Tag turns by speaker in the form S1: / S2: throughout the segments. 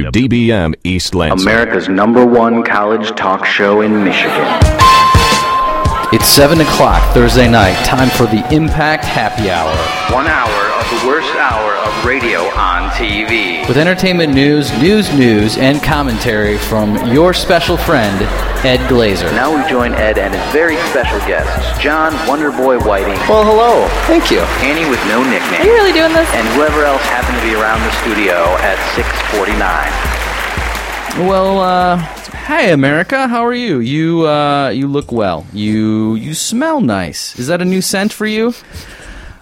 S1: WDBM East Lansing.
S2: America's number one college talk show in Michigan.
S3: It's 7 o'clock Thursday night, time for the Impact Happy Hour.
S2: One hour of the worst hour of radio on TV.
S3: With entertainment news, news, news, and commentary from your special friend, Ed Glazer.
S2: Now we join Ed and his very special guests, John Wonderboy Whiting,
S3: Well, hello. Thank you.
S2: Annie with no
S4: Are you
S2: nickname,
S4: really doing this?
S2: and whoever else happened to be around the studio at 649.
S3: Well, uh, hi, America. How are you? You, uh, you look well. You, you smell nice. Is that a new scent for you?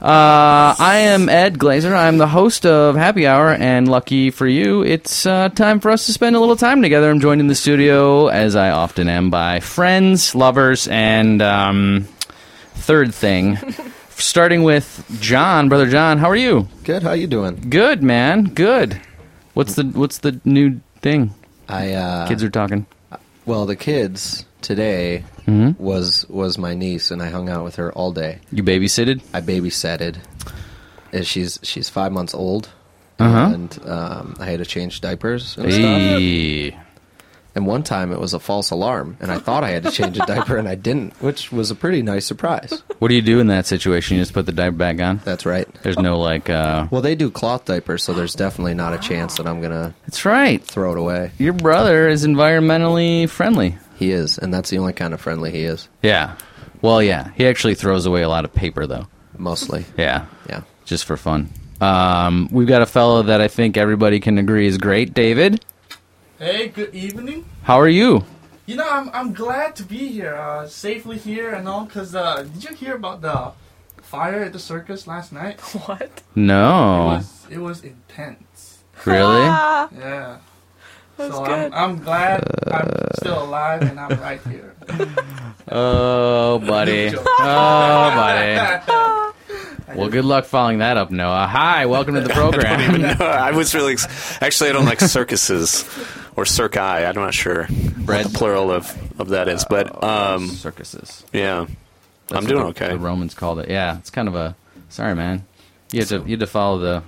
S3: Uh, I am Ed Glazer. I'm the host of Happy Hour, and lucky for you, it's uh, time for us to spend a little time together. I'm joined in the studio, as I often am, by friends, lovers, and um, third thing. Starting with John, brother John. How are you?
S5: Good. How you doing?
S3: Good, man. Good. What's the What's the new thing?
S5: I uh,
S3: Kids are talking.
S5: well. The kids today was was my niece, and I hung out with her all day.
S3: Mm-hmm. You babysitted?
S5: I babysatted. And she's she's five months old,
S3: Uh-huh.
S5: and um, I had to change diapers and stuff.
S3: Hey.
S5: And one time it was a false alarm, and I thought I had to change a diaper, and I didn't, which was a pretty nice surprise.
S3: What do you do in that situation? You just put the diaper back on?
S5: That's right.
S3: There's no like. uh
S5: Well, they do cloth diapers, so there's definitely not a chance that I'm gonna
S3: That's right.
S5: throw it away.
S3: Your brother is environmentally friendly.
S5: He is, and that's the only kind of friendly he is,
S3: Yeah. Well, yeah. He actually throws away a lot of paper though.
S5: mostly.
S3: Yeah.
S5: Yeah.
S3: Just for fun. Um, we've got a fellow that I think everybody can agree is great, David.
S6: Hey, good evening.
S3: How are you?
S6: You know, I'm, I'm glad to be here, uh, safely here and all, because uh, did you hear about the fire at the circus last night?
S4: What?
S6: It,
S3: No.
S6: was, it was intense.
S3: Really?
S4: Ah,
S6: Yeah.
S4: that's
S6: so I'm,
S4: good.
S6: I'm glad I'm still alive and I'm right here.
S3: Oh, buddy. Oh, buddy. Well, good luck following that up, Noah. Hi, welcome to the program.
S7: I was really ex- actually I don't like circuses or circi. I'm not sure
S3: Bread.
S7: what the plural of, of that is, but um,
S3: Uh, Circuses.
S7: yeah, I'm
S3: That's
S7: doing
S3: what the-
S7: okay.
S3: The Romans called it. Yeah, it's kind of a. Sorry, man. You had to you had to follow the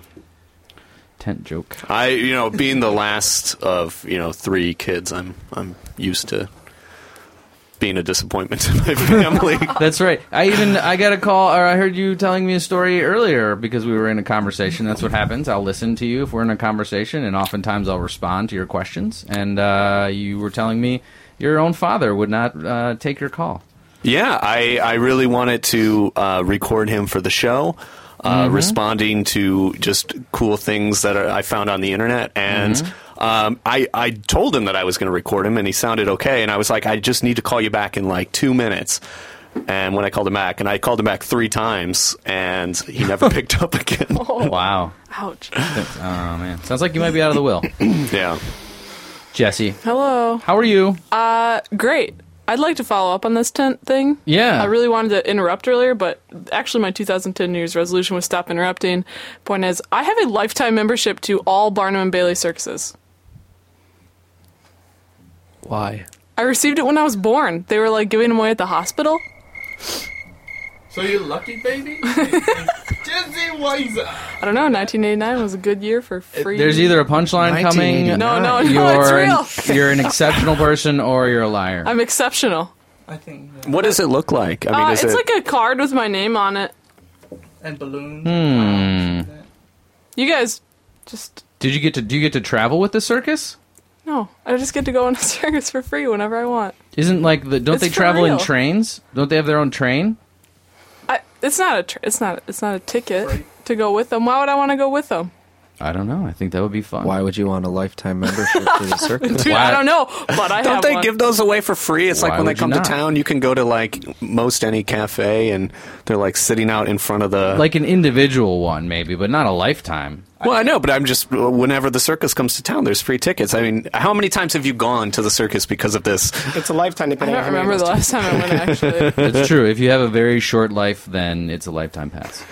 S3: tent joke.
S7: I you know being the last of you know three kids, I'm I'm used to being a disappointment to my family.
S3: That's right. I even I got a call, or I heard you telling me a story earlier because we were in a conversation. That's what happens. I'll listen to you if we're in a conversation, and oftentimes I'll respond to your questions. And uh, you were telling me your own father would not uh, take your call.
S7: Yeah, I, I really wanted to uh, record him for the show, uh,
S3: Mm-hmm.
S7: responding to just cool things that are, I found on the internet. And
S3: Mm-hmm.
S7: um, I, I told him that I was going to record him, and he sounded okay. And I was like, I just need to call you back in like two minutes. And when I called him back, and I called him back three times, and he never picked up again.
S3: Wow.
S4: Ouch.
S3: That's- oh man, sounds like you might be out of the will,
S7: Yeah.
S3: Jesse.
S4: Hello. Uh,
S3: How are you?
S4: Great. I'd like to follow up on this tent thing.
S3: Yeah.
S4: I really wanted to interrupt earlier, but actually, my 2010 New Year's resolution was stop interrupting. Point is, I have a lifetime membership to all Barnum and Bailey circuses.
S5: Why?
S4: I received it when I was born. They were like giving them away at the hospital.
S6: So you lucky, baby? Jesse Weiser.
S4: I don't know. 1989 was a good year for free.
S3: There's either a punchline coming.
S5: 1989.
S4: no, no, no.
S3: you're
S4: it's
S3: an-
S4: real.
S3: you're an exceptional person or you're a liar.
S4: I'm exceptional.
S6: I think. yeah.
S7: What does it look like? I mean,
S4: Uh,
S7: is
S4: it's
S7: it
S4: like a card with my name on it.
S6: And balloons. and flowers and
S4: You guys,
S3: Hmm.
S4: just
S3: Did you get to do you get to travel with the circus?
S4: no. I just get to go on a circus for free whenever I want.
S3: Isn't like the don't
S4: It's
S3: they
S4: for
S3: travel in
S4: real.
S3: trains? Don't they have their own train?
S4: I, it's not a tr- it's not it's not a ticket
S6: Right.
S4: to go with them. Why would I want to go with them?
S3: I don't know. I think that would be fun.
S5: Why would you want a lifetime membership to the circus?
S4: Dude,
S3: Why-
S4: I don't know, but I
S7: Don't
S4: have
S7: they
S4: one.
S7: give those away for free? It's
S3: Why
S7: like when they
S3: would you
S7: come
S3: not?
S7: to town, you can go to like most any cafe, and they're like sitting out in front of the
S3: Like an individual one, maybe, but not a lifetime.
S7: Well, I know, but I'm just whenever the circus comes to town, there's free tickets. I mean, how many times have you gone to the circus because of this?
S8: It's a lifetime
S4: I
S8: depending
S4: don't
S8: on how many
S4: remember the
S8: of
S4: last time I went. Actually,
S3: It's true. If you have a very short life, then it's a lifetime pass.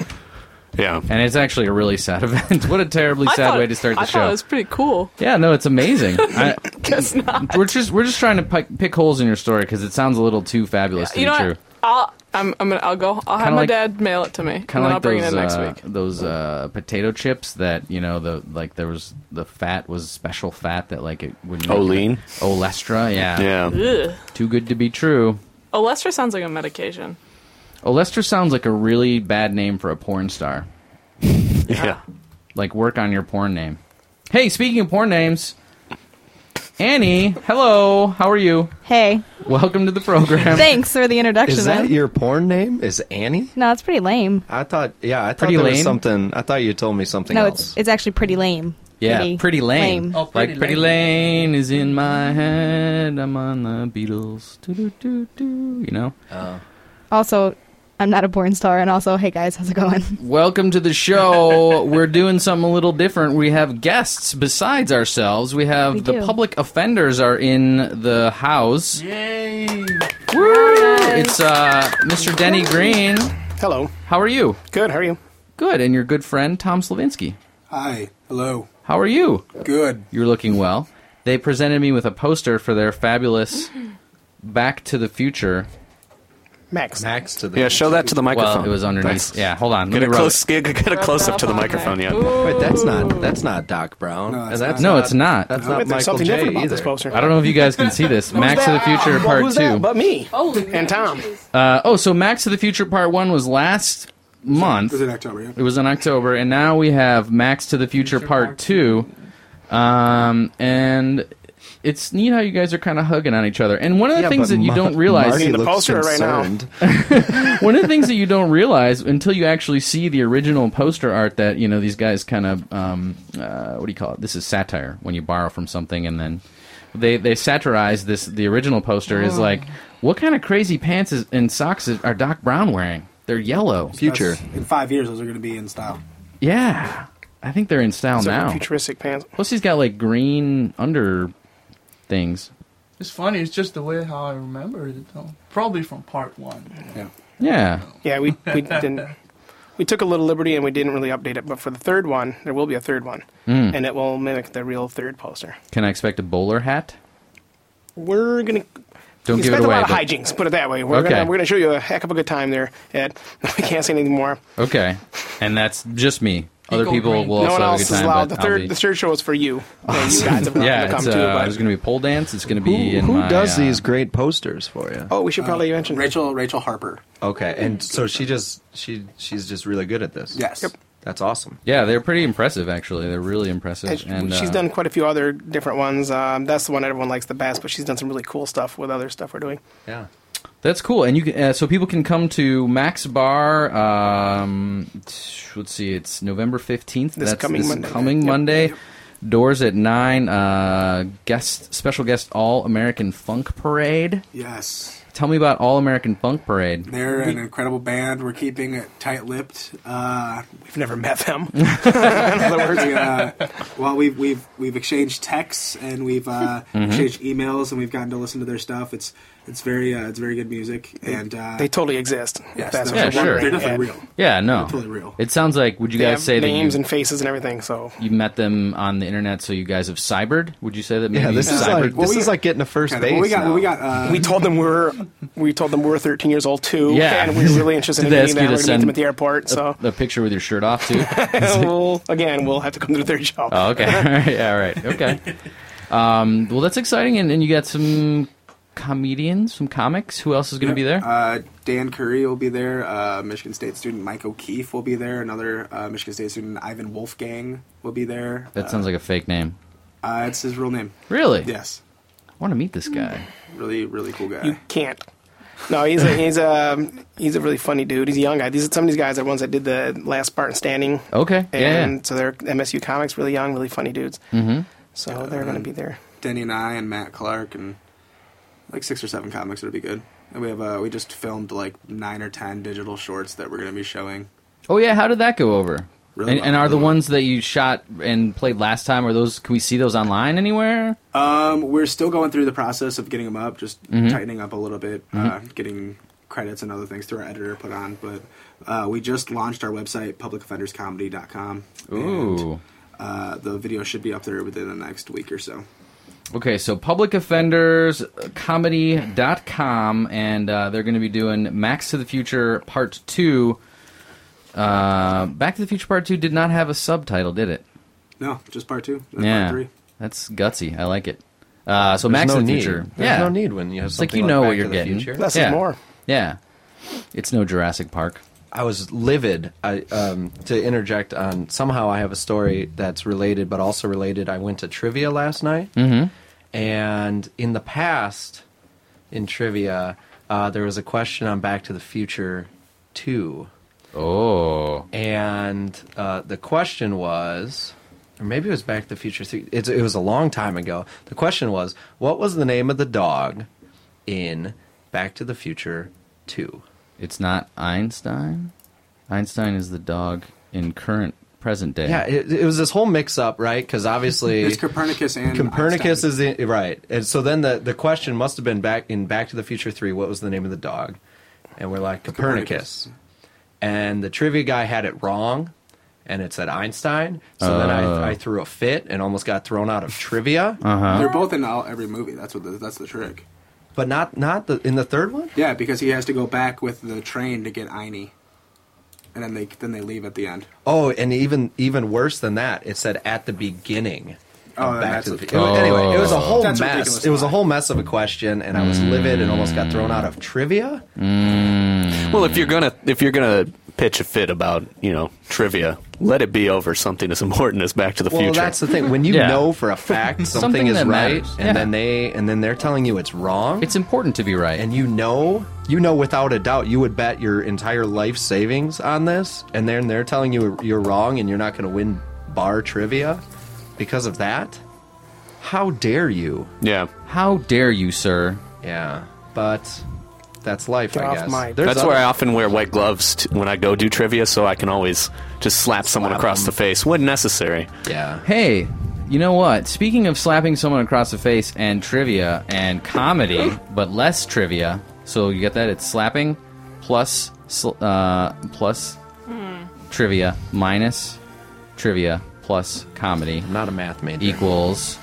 S7: Yeah,
S3: And it's actually a really sad event. what a terribly
S4: I
S3: sad
S4: thought-
S3: way to start the
S4: I
S3: show.
S4: thought it was pretty cool.
S3: Yeah, no, it's amazing. I,
S4: Guess not.
S3: we're just we're just trying to pick, pick holes in your story because it sounds a little too fabulous to
S4: you
S3: be
S4: know
S3: true.
S4: what? I'll I'm, I'm gonna, I'll go. I'll have
S3: Kinda
S4: my
S3: like-
S4: dad mail it to me, and then
S3: Kind of
S4: I'll
S3: like
S4: bring
S3: those
S4: it in next
S3: uh,
S4: week.
S3: those uh, potato chips that you know the like there was the fat was special fat that like it would make
S7: Olean?
S3: it- Olestra yeah
S7: Yeah.
S4: Ugh.
S3: too good to be true
S4: Olestra sounds like a medication.
S3: Olestra sounds like a really bad name for a porn star
S7: Yeah.
S3: like work on your porn name hey speaking of porn names Annie hello how are you
S8: Hey,
S3: welcome to the program
S8: thanks for the introduction.
S5: Is that
S8: man.
S5: your porn name? Is Annie?
S8: no, it's pretty lame.
S5: I thought. Yeah, I thought
S3: Pretty
S5: there was
S3: lame?
S5: something. I thought you told me something
S8: No,
S5: else.
S8: it's it's actually pretty lame.
S3: yeah pretty, lame,
S6: Oh, pretty
S3: like pretty lane is in my head I'm on the Beatles do do do do you know
S8: Also, I'm not a porn star, and also, hey guys, how's it going?
S3: Welcome to the show. We're doing something a little different. We have guests besides ourselves. We have
S8: We
S3: the
S8: do.
S3: public offenders are in the house.
S6: Yay!
S3: It's uh, Mr. Denny Green.
S9: Hello.
S3: How are you?
S9: Good. How are you?
S3: Good. And your good friend Tom Slavinsky.
S9: Hi. Hello.
S3: How are you?
S9: Good.
S3: You're looking well. They presented me with a poster for their fabulous Back to the Future.
S9: Max.
S5: Max to the
S7: Yeah, show that to the microphone.
S3: Well, it was underneath. Yeah, hold on.
S7: Get a
S3: Let me rub
S7: close, get, get a
S4: Rub
S7: close
S4: that
S7: up to the
S4: up on
S7: microphone.
S4: there.
S7: Yeah.
S4: Ooh.
S5: Wait, that's not that's not Doc Brown.
S9: No,
S5: and
S9: it's
S5: that's
S3: not. No, it's not.
S5: That's
S9: Wait,
S5: not
S9: there's
S5: Michael
S9: something
S5: J
S9: different about
S5: either.
S9: this poster.
S3: I don't know if you guys can see this. Max to the Future Part
S9: Who's
S3: 2.
S9: that but me?
S4: Oh,
S9: And Tom.
S3: Uh, oh, so Max to the Future Part One was last month.
S9: Was in October. Yeah?
S3: It was in October, and now we have Max to the Future Part Two, um, and it's neat how you guys are kind of hugging on each other. And one of the
S5: Yeah,
S3: things
S5: but
S3: that you
S5: Mar-
S3: don't realize,
S5: Marty
S9: In the
S5: looks
S9: poster right now.
S5: concerned.
S3: one of the things that you don't realize until you actually see the original poster art that you know these guys kind of um, uh, what do you call it? This is satire when you borrow from something and then they they satirize this. The original poster
S9: Oh.
S3: is like, what kind of crazy pants is, and socks is, are Doc Brown wearing? They're yellow.
S5: Future.
S9: That's- In five years, those are going to be in style.
S3: Yeah, I think they're in style
S9: So
S3: now.
S9: Futuristic pants.
S3: Plus, he's got like green under things.
S6: It's funny. It's just the way how I remember it. Though. Probably from part one.
S9: Yeah.
S3: Yeah,
S10: Yeah, we, we didn't. We took a little liberty and we didn't really update it, but for the third one, there will be a third one,
S3: Hmm.
S10: and it will mimic the real third poster.
S3: can I expect a bowler hat?
S10: We're gonna
S3: Don't give
S10: expect
S3: it away.
S10: a lot
S3: but-
S10: of hijinks, put it that way. We're
S3: Okay.
S10: gonna we're gonna show you a heck of a good time there, Ed. We can't say anything more.
S3: okay, and that's just me. Other
S6: Eagle
S3: people
S6: green.
S3: will
S10: no
S3: also
S10: one
S3: have a
S10: else
S3: good
S10: is
S3: time.
S10: allowed.
S3: but
S10: The
S3: I'll
S10: third
S3: be-
S10: the third show is for you. and you guys have nothing
S3: yeah,
S10: to come
S3: it's,
S10: to.
S3: uh,
S10: but-
S3: there's going to be pole dance. It's going to be
S5: Who,
S3: in
S5: who
S3: my,
S5: does
S3: uh,
S5: these great posters for you?
S10: oh, we should probably mention
S9: Uh, Rachel Rachel Harper.
S5: Okay, and so she just she she's just really good at this.
S9: Yes. Yep.
S5: That's awesome.
S3: Yeah, they're pretty impressive. Actually, they're really impressive. And
S10: she's
S3: uh,
S10: done quite a few other different ones. Um, that's the one everyone likes the best, but she's done some really cool stuff with other stuff we're doing.
S5: Yeah.
S3: That's cool, and you can, uh, so people can come to Max Bar. Um, t- let's see, it's November fifteenth.
S10: This
S3: That's
S10: coming
S3: this
S10: Monday.
S3: coming
S10: Yep.
S3: Monday. Doors at nine. Uh, guest special guest All American Funk Parade.
S9: Yes.
S3: Tell me about All American Funk Parade.
S9: They're an incredible band. We're keeping it tight lipped. Uh,
S10: We've never met them.
S9: we, uh, well, we've we've we've exchanged texts and we've uh, exchanged emails and we've gotten to listen to their stuff. It's it's very uh, it's very good music and uh,
S10: they totally exist. if
S9: yes,
S10: that's
S9: they're
S10: what
S3: Yeah,
S10: you're
S3: sure.
S9: definitely-
S10: wondering.
S9: They're definitely
S10: And
S9: real.
S3: Yeah, no,
S9: Totally real.
S3: It sounds like. Would you
S10: They
S3: guys
S10: have
S3: say that
S10: names
S3: you,
S10: and faces and everything. So
S3: you met them on the internet, so you guys have cybered? Would you say that maybe
S5: Yeah,
S3: you
S5: this is
S3: cybered?
S5: like this
S9: we-
S5: is like getting a first
S9: Kind of.
S5: base.
S9: Well, we got
S5: now.
S9: well, we got uh,
S10: we told them we were we told them we were 13 years old too,
S3: Yeah.
S10: and we were really interested in
S3: Did they ask
S10: meeting
S3: you to
S10: them. We're gonna meet
S3: send
S10: them at the airport. So
S3: a picture with your shirt off too.
S10: we'll, again, we'll have to come to the third show.
S3: Oh, okay. all right. All right. Okay. Um, well, that's exciting. And, and you got some comedians, some comics. Who else is going to be there?
S9: Uh, Dan Curry will be there. Uh, Michigan State student Mike O'Keefe will be there. Another uh, Michigan State student Ivan Wolfgang will be there.
S3: that sounds like a fake name.
S9: Uh, it's his real name.
S3: Really?
S9: Yes,
S3: I want to meet this guy.
S9: really really cool guy.
S10: You can't. No, he's a, he's a he's a really funny dude. He's a young guy. These are some of these guys are ones that did the last Spartan Standing,
S3: Okay. Yeah,
S10: and
S3: yeah.
S10: so they're MSU comics, really young, really funny dudes. Mm-hmm. So they're going to be there.
S9: Denny and I and Matt Clark and like six or seven comics that'll be good. And we have uh, we just filmed like nine or ten digital shorts that we're gonna be showing.
S3: Oh yeah. How did that go over?
S9: Really
S3: and,
S9: well,
S3: and are the
S9: really well.
S3: ones that you shot and played last time? Are those? Can we see those online anywhere?
S9: Um, we're still going through the process of getting them up, just
S3: Mm-hmm.
S9: tightening up a little bit, uh, getting credits and other things through our editor put on. But uh, we just launched our website, publicoffenderscomedy.com. and,
S3: Ooh.
S9: uh, the video should be up there within the next week or so.
S3: Okay, so uh, publicofenderscomedy.com, and uh, they're going to be doing Max to the Future Part 2. Uh, Back to the Future Part 2 did not have a subtitle, did it?
S9: No, just part two. not
S3: yeah.
S9: Part three.
S3: That's gutsy. I like it. Uh, so
S5: There's
S3: Max to
S5: no
S3: the
S5: need.
S3: Future.
S5: There's
S3: yeah.
S5: no need when you have
S3: It's like
S5: something
S3: you
S5: like
S3: know
S5: Back
S3: what
S5: to
S3: you're
S5: the
S3: getting.
S5: Future. Less is
S3: yeah.
S5: more.
S3: Yeah. It's no Jurassic Park.
S5: I was livid. I um, to interject on somehow I have a story that's related, but also related. I went to trivia last night,
S3: Mhm.
S5: and in the past, in trivia, uh, there was a question on Back to the Future Two.
S3: Oh,
S5: and uh, the question was, or maybe it was Back to the Future Three. It's, it was a long time ago. The question was, what was the name of the dog in Back to the Future Two?
S3: It's not Einstein. Einstein is the dog in current present day.
S5: Yeah, it, it was this whole mix-up, right? Because obviously
S9: It's Copernicus and
S5: Copernicus is the, right, and so then the the question must have been back in Back to the Future Three. What was the name of the dog? And we're like Copernicus, and the trivia guy had it wrong, and it said Einstein. So then
S9: Oh.
S5: I, I threw a fit and almost got thrown out of trivia.
S9: They're both in all, every movie. That's what the, that's the trick.
S5: But not not the in the third one.
S9: Yeah, because he has to go back with the train to get Einie, and then they then they leave at the end.
S5: Oh, and even even worse than that, it said at the beginning.
S9: Oh,
S5: of
S9: that's
S5: to
S9: a-
S5: the, Fu- it was- Anyway, it was a whole
S9: That's a
S5: mess.
S9: ridiculous
S5: It was a whole mess of a question, and I was livid and almost got thrown out of trivia.
S3: Mm.
S7: Well, if you're gonna if you're gonna pitch a fit about you know trivia, let it be over something as important as Back to the
S5: well,
S7: Future.
S5: that's the thing. When you know for a fact something,
S7: Something
S5: is
S7: that
S5: right,
S7: matters.
S5: and
S7: Yeah.
S5: then they and then they're telling you it's wrong, it's
S3: important to be right.
S5: And you know, you know without a doubt, you would bet your entire life savings on this, and then they're telling you you're wrong, and you're not going to win bar trivia because of that. How dare you?
S7: Yeah.
S3: How dare you, sir?
S5: Yeah, but that's life,
S10: Get
S5: I
S10: off
S5: guess.
S10: my-
S5: There's
S7: That's
S5: other-
S7: why I often wear white gloves t- when I go do trivia, so I can always just slap someone across the face when necessary.
S5: Yeah.
S3: Hey, you know what? Speaking of slapping someone across the face and trivia and comedy, but less trivia, so you get that? It's slapping plus, sl- uh, plus
S5: Hmm.
S3: trivia minus trivia plus comedy.
S5: Not a math major.
S3: Equals.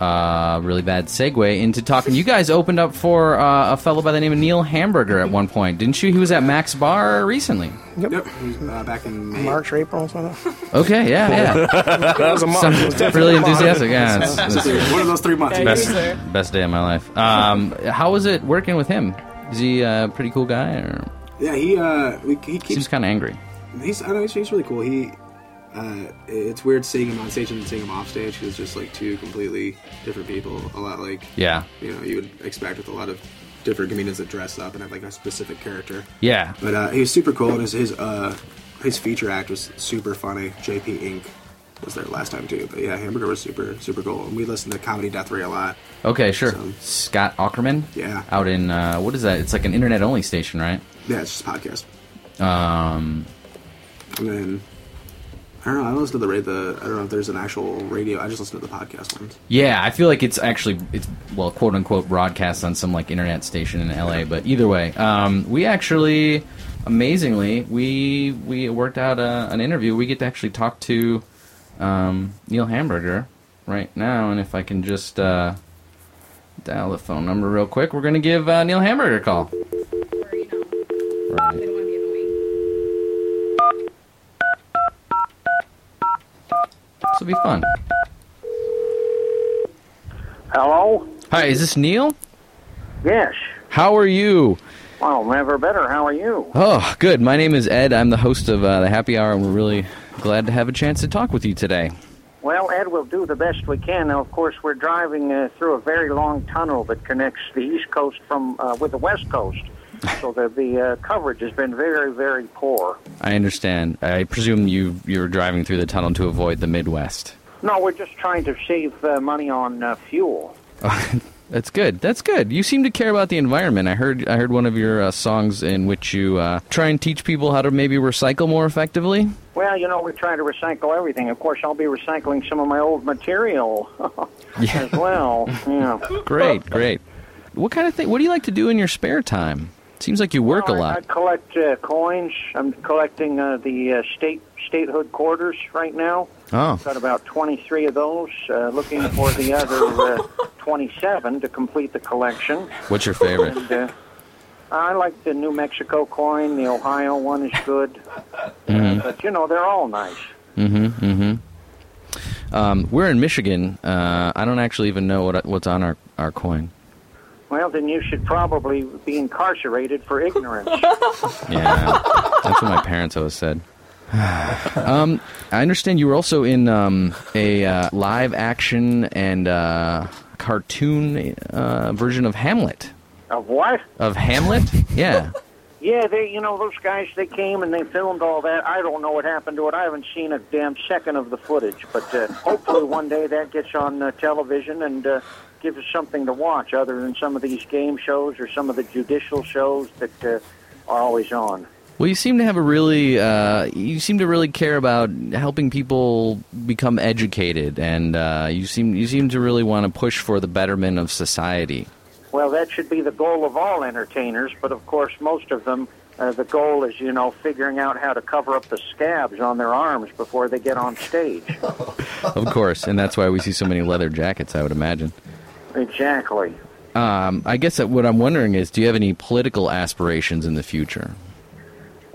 S3: Uh, really bad segue into talking. You guys opened up for uh, a fellow by the name of Neil Hamburger at one point, didn't you? He was at Max Bar recently.
S9: Yep. He's, uh, back in May.
S10: March, April, something.
S3: Okay, yeah, yeah.
S10: That was a month.
S3: Sounds
S10: It was definitely
S3: really
S10: a month.
S3: enthusiastic. Yeah,
S10: That's-
S3: it's-
S10: that's
S3: it's-
S10: one of those three months. Yeah,
S3: Best,
S10: you were there.
S3: best day of my life. Um, how was it working with him? Is he a pretty cool guy, or
S9: Yeah, he uh, we, he keeps
S3: seems kind of angry?
S9: He's, I don't know, he's, he's really cool. He, uh, it's weird seeing him on stage and seeing him off stage because just like two completely different people. A lot like
S3: Yeah.
S9: you know, you would expect with a lot of different comedians that dress up and have like a specific character.
S3: Yeah.
S9: But uh, he was super cool, and his his uh, his feature act was super funny. JP Inc. was there last time too, but yeah, Hamburger was super super cool, and we listened to Comedy Death Ray a lot.
S3: Okay, sure. Scott Ackerman.
S9: Yeah.
S3: Out in uh, what is that? It's like an internet only station, right?
S9: Yeah, it's just a podcast.
S3: Um,
S9: And then I don't know. I don't listen to the ra- the I don't know if there's an actual radio. I just listen to the podcast ones.
S3: yeah, I feel like it's actually it's well, quote unquote, broadcast on some like internet station in LA. But either way, um, we actually amazingly we we worked out a, an interview. We get to actually talk to um, Neil Hamburger right now, and if I can just. Uh, dial the phone number real quick. We're gonna give uh, Neil Hamburger a call. Right. This will be fun.
S11: Hello?
S3: Hi, is this Neil?
S11: Yes.
S3: How are you?
S11: Well, never better. How are you?
S3: Oh, good. My name is Ed. I'm the host of uh, the Happy Hour, and we're really glad to have a chance to talk with you today.
S11: Well, Ed, we'll do the best we can. Now, of course, we're driving uh, through a very long tunnel that connects the East Coast from uh, with the West Coast. So the, the uh, coverage has been very, very poor.
S3: I understand. I presume you you're driving through the tunnel to avoid the Midwest.
S11: No, we're just trying to save uh, money on uh, fuel.
S3: That's good. That's good. You seem to care about the environment. I heard I heard one of your uh, songs in which you uh, try and teach people how to maybe recycle more effectively.
S11: Well, you know, we're trying to recycle everything. Of course, I'll be recycling some of my old material as well. Yeah.
S3: Great, great. What kind of thing? What do you like to do in your spare time? Seems like you work a
S11: I
S3: lot.
S11: collect uh, coins. I'm collecting uh, the uh, state statehood quarters right now.
S3: Oh.
S11: Got about 23 of those, uh, looking for the other uh, 27 to complete the collection.
S3: What's your favorite?
S11: And, uh, I like the New Mexico coin. The Ohio one is good.
S3: Mhm.
S11: But, you know, they're all nice.
S3: Mm-hmm. Mm-hmm. Um, we're in Michigan. Uh, I don't actually even know what what's on our, our coin.
S11: Well, then you should probably be incarcerated for ignorance.
S3: Yeah, that's what my parents always said. um, I understand you were also in um, a uh, live action and uh, cartoon uh, version of Hamlet.
S11: of what?
S3: Of Hamlet? Yeah.
S11: Yeah, they, you know, those guys, they came and they filmed all that. I don't know what happened to it. I haven't seen a damn second of the footage, but uh, hopefully one day that gets on uh, television and uh, gives us something to watch other than some of these game shows or some of the judicial shows that uh, are always on.
S3: Well, you seem to have a really, uh, you seem to really care about helping people become educated, and uh, you seem you seem to really want to push for the betterment of society.
S11: Well, that should be the goal of all entertainers, but of course, most of them, uh, the goal is, you know, figuring out how to cover up the scabs on their arms before they get on stage.
S3: Of course, and that's why we see so many leather jackets. I would imagine.
S11: exactly.
S3: Um, I guess that what I'm wondering is, do you have any political aspirations in the future?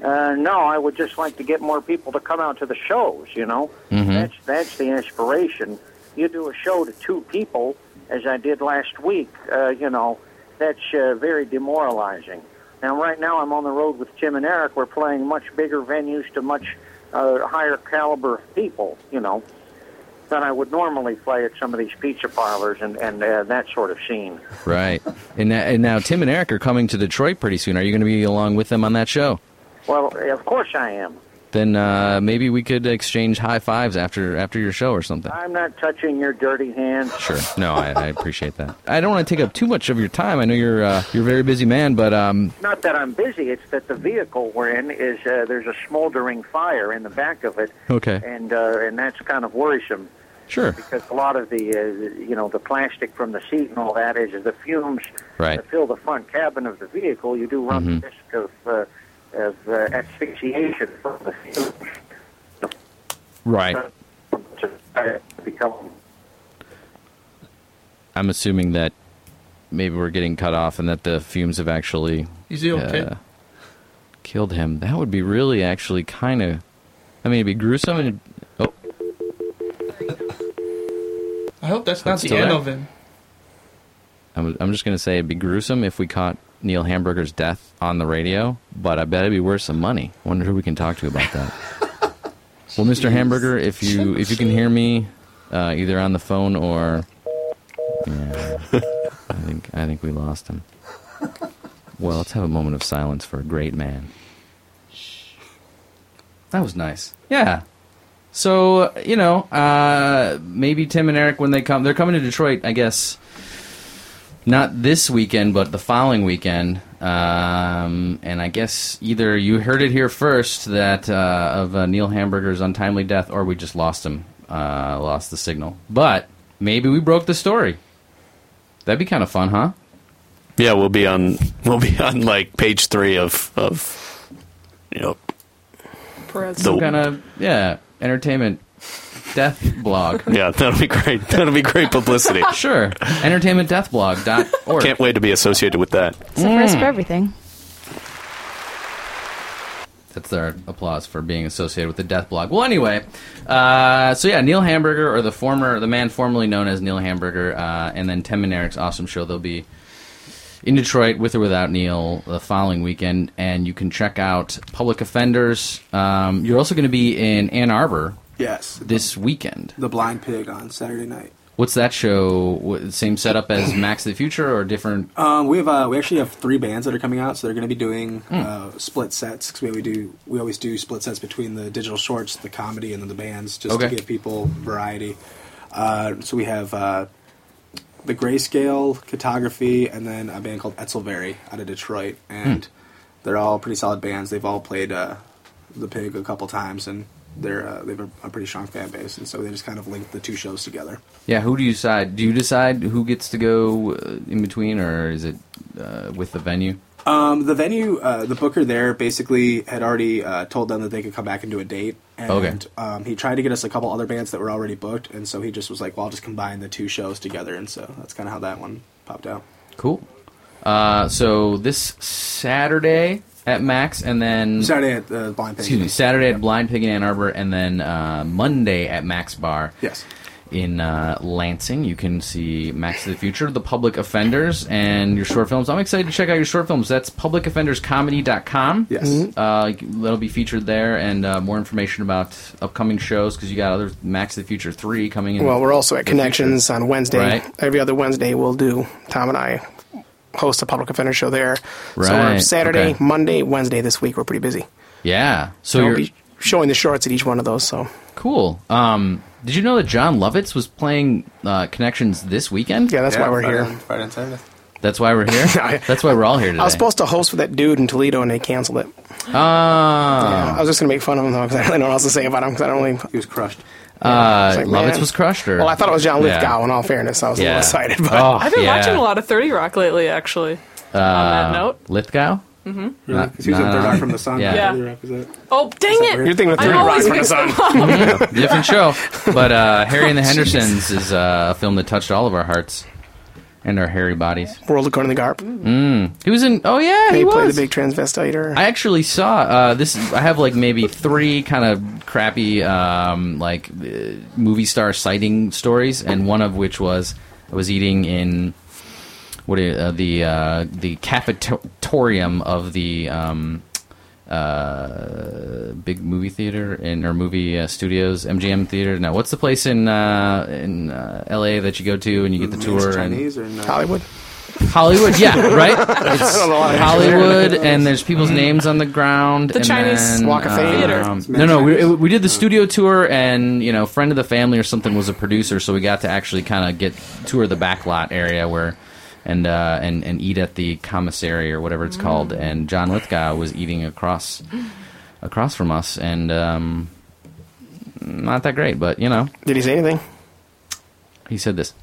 S11: Uh, no, I would just like to get more people to come out to the shows. You know,
S3: Mhm.
S11: that's that's the aspiration. You do a show to two people, as I did last week. Uh, you know, that's uh, very demoralizing. Now, right now, I'm on the road with Tim and Eric. We're playing much bigger venues to much uh, higher caliber people. You know, than I would normally play at some of these pizza parlors and and uh, that sort of scene.
S3: Right. And, now- and now Tim and Eric are coming to Detroit pretty soon. Are you going to be along with them on that show?
S11: Well, of course I am.
S3: Then uh, maybe we could exchange high fives after after your show or something.
S11: I'm not touching your dirty hands.
S3: Sure. No, I, I appreciate that. I don't want to take up too much of your time. I know you're uh, you're a very busy man, but um,
S11: Not that I'm busy. It's that the vehicle we're in is uh, there's a smoldering fire in the back of it,
S3: okay,
S11: and uh, and that's kind of worrisome
S3: sure,
S11: because a lot of the uh, you know the plastic from the seat and all that is, is the fumes
S3: right.
S11: that fill the front cabin of the vehicle. You do run
S3: Mhm.
S11: the risk of uh, of uh, asphyxiation from the fumes
S3: Right.
S11: to uh, become.
S3: I'm assuming that maybe we're getting cut off and that the fumes have actually
S6: Is he okay?
S3: uh, killed him. That would be really actually kind of. I mean, it'd be gruesome. And oh,
S6: I hope that's not
S3: It's
S6: the
S3: still
S6: end
S3: there?
S6: of him.
S3: I'm, I'm just gonna say it'd be gruesome if we caught Neil Hamburger's death on the radio. But I bet it'd be worth some money. Wonder who we can talk to about that. well, Mr. Hamburger, if you if you can hear me, uh, either on the phone or. Yeah, I think I think we lost him. Well, let's have a moment of silence for a great man. That was nice. Yeah. So you know, uh, maybe Tim and Eric when they come, they're coming to Detroit, I guess. Not this weekend, but the following weekend. Um, and I guess either you heard it here first that uh, of uh, Neil Hamburger's untimely death, or we just lost him, uh, lost the signal. But maybe we broke the story. That'd be kind of fun, huh?
S7: Yeah, we'll be on we'll be on like page three of of you know
S4: Perez.
S3: Some kind of yeah entertainment death blog.
S7: yeah that'll be great that'll be great publicity.
S3: sure, entertainmentdeathblog.org.
S7: Can't wait to be associated with that.
S8: It's a
S3: Mm.
S8: first for everything.
S3: That's their applause for being associated with the death blog. Well, anyway, uh, so yeah, Neil Hamburger, or the former, the man formerly known as Neil Hamburger, uh, and then Tim and Eric's awesome show. They'll be in Detroit with or without Neil the following weekend, and you can check out Public Offenders. Um, you're also going to be in Ann Arbor
S9: Yes,
S3: this weekend.
S9: the blind pig on Saturday night.
S3: What's that show? What- Same setup as Max of the Future, or different?
S9: Um, we have uh, we actually have three bands that are coming out, so they're going to be doing uh, split sets because we always do we always do split sets between the digital shorts, the comedy, and then the bands just
S3: Okay.
S9: to give people variety. Uh, so we have uh, the Grayscale, Cartography, and then a band called Etzelberry out of Detroit, and they're all pretty solid bands. They've all played uh, the Pig a couple times, and they're uh, they have a, a pretty strong fan base, and so they just kind of linked the two shows together.
S3: Yeah, who do you decide? Do you decide who gets to go uh, in between, or is it uh, with the venue?
S9: Um, the venue, uh, the booker there, basically had already uh, told them that they could come back and do a date. And
S3: Okay.
S9: um, he tried to get us a couple other bands that were already booked, and so he just was like, "Well, I'll just combine the two shows together." And so that's kind of how that one popped out.
S3: Cool. Uh, so this Saturday at Max, and then
S9: Saturday at the uh, Blind Pig.
S3: Mm. Excuse me, Saturday at Blind Pig in Ann Arbor, and then uh, Monday at Max Bar.
S9: Yes.
S3: In uh, Lansing, you can see Max of the Future, The Public Offenders, and your short films. I'm excited to check out your short films. That's publicoffenderscomedy.com.
S9: Yes. Mhm.
S10: Mm-hmm.
S3: Uh, that'll be featured there, and uh, more information about upcoming shows because you got other Max of the Future 3 coming in.
S10: Well, we're also at
S3: the future.
S10: Connections on Wednesday.
S3: Right.
S10: Every other Wednesday, we'll do. Tom and I host a public offender show there. So we're
S3: Right,
S10: Saturday,
S3: okay.
S10: Monday, Wednesday this week. We're pretty busy.
S3: Yeah. So
S10: And
S3: you're.
S10: we'll be showing the shorts at each one of those. So
S3: Cool. Um, did you know that John Lovitz was playing uh, Connections this weekend?
S10: Yeah, that's why we're
S9: Friday,
S10: here.
S9: Friday and Saturday.
S3: That's why we're here. that's why we're all here today.
S10: I was supposed to host for that dude in Toledo, and they canceled it.
S3: Oh. Ah.
S10: I was just gonna make fun of him though, because I really don't know what else to say about him. Because I don't really. He
S9: was crushed.
S3: Uh,
S10: It's like,
S3: Lovitz
S10: man.
S3: was crushed, or
S10: Well, I thought it was John
S3: Yeah.
S10: Lithgow. In all fairness, I was
S3: Yeah.
S10: a little excited. But
S3: Oh,
S4: I've been
S3: yeah.
S4: watching a lot of 30 Rock lately, actually.
S3: Uh,
S4: that note.
S3: Lithgow.
S4: hmm
S9: Really? 'Cause he was in Third Rock from the Sun.
S3: Yeah,
S4: Yeah.
S9: Third Rock, is that-
S4: Oh, dang
S9: that
S4: it!
S9: weird? You're thinking of
S4: I'm
S9: 30 Rock
S4: always
S9: from the
S4: mixing
S10: Sun.
S4: them up.
S3: Mm-hmm. different show. But uh, Harry and the
S10: Oh, jeez.
S3: Hendersons is uh, a film that touched all of our hearts and our hairy bodies.
S10: World According to Garp.
S3: Mm. He was in. Oh yeah,
S10: they
S3: he
S10: play
S3: was.
S10: the big transvestite. Or,
S3: I actually saw uh, this. I have like maybe three kind of crappy um, like uh, movie star sighting stories, and one of which was I was eating in what do you- uh, the uh, the cafetorium of the um, uh, big movie theater in or movie uh, studios MGM theater. Now, what's the place in uh, in uh, LA that you go to and you get the
S9: It's
S3: tour? and,
S9: Chinese or no?
S10: Hollywood.
S3: Hollywood, yeah, right. It's
S10: I don't know why I
S3: Hollywood, and there's people's names on the ground.
S10: The
S3: and
S10: Chinese
S3: then, um,
S10: Walk of Fame. Theater.
S3: no, no, we, we did the studio tour, and you know, friend of the family or something was a producer, so we got to actually kind of get tour the back lot area where. And, uh, and and eat at the commissary or whatever it's called.
S10: Mm.
S3: And John Lithgow was eating across across from us, and um, not that great, but you know,
S10: did he say anything?
S3: he said this.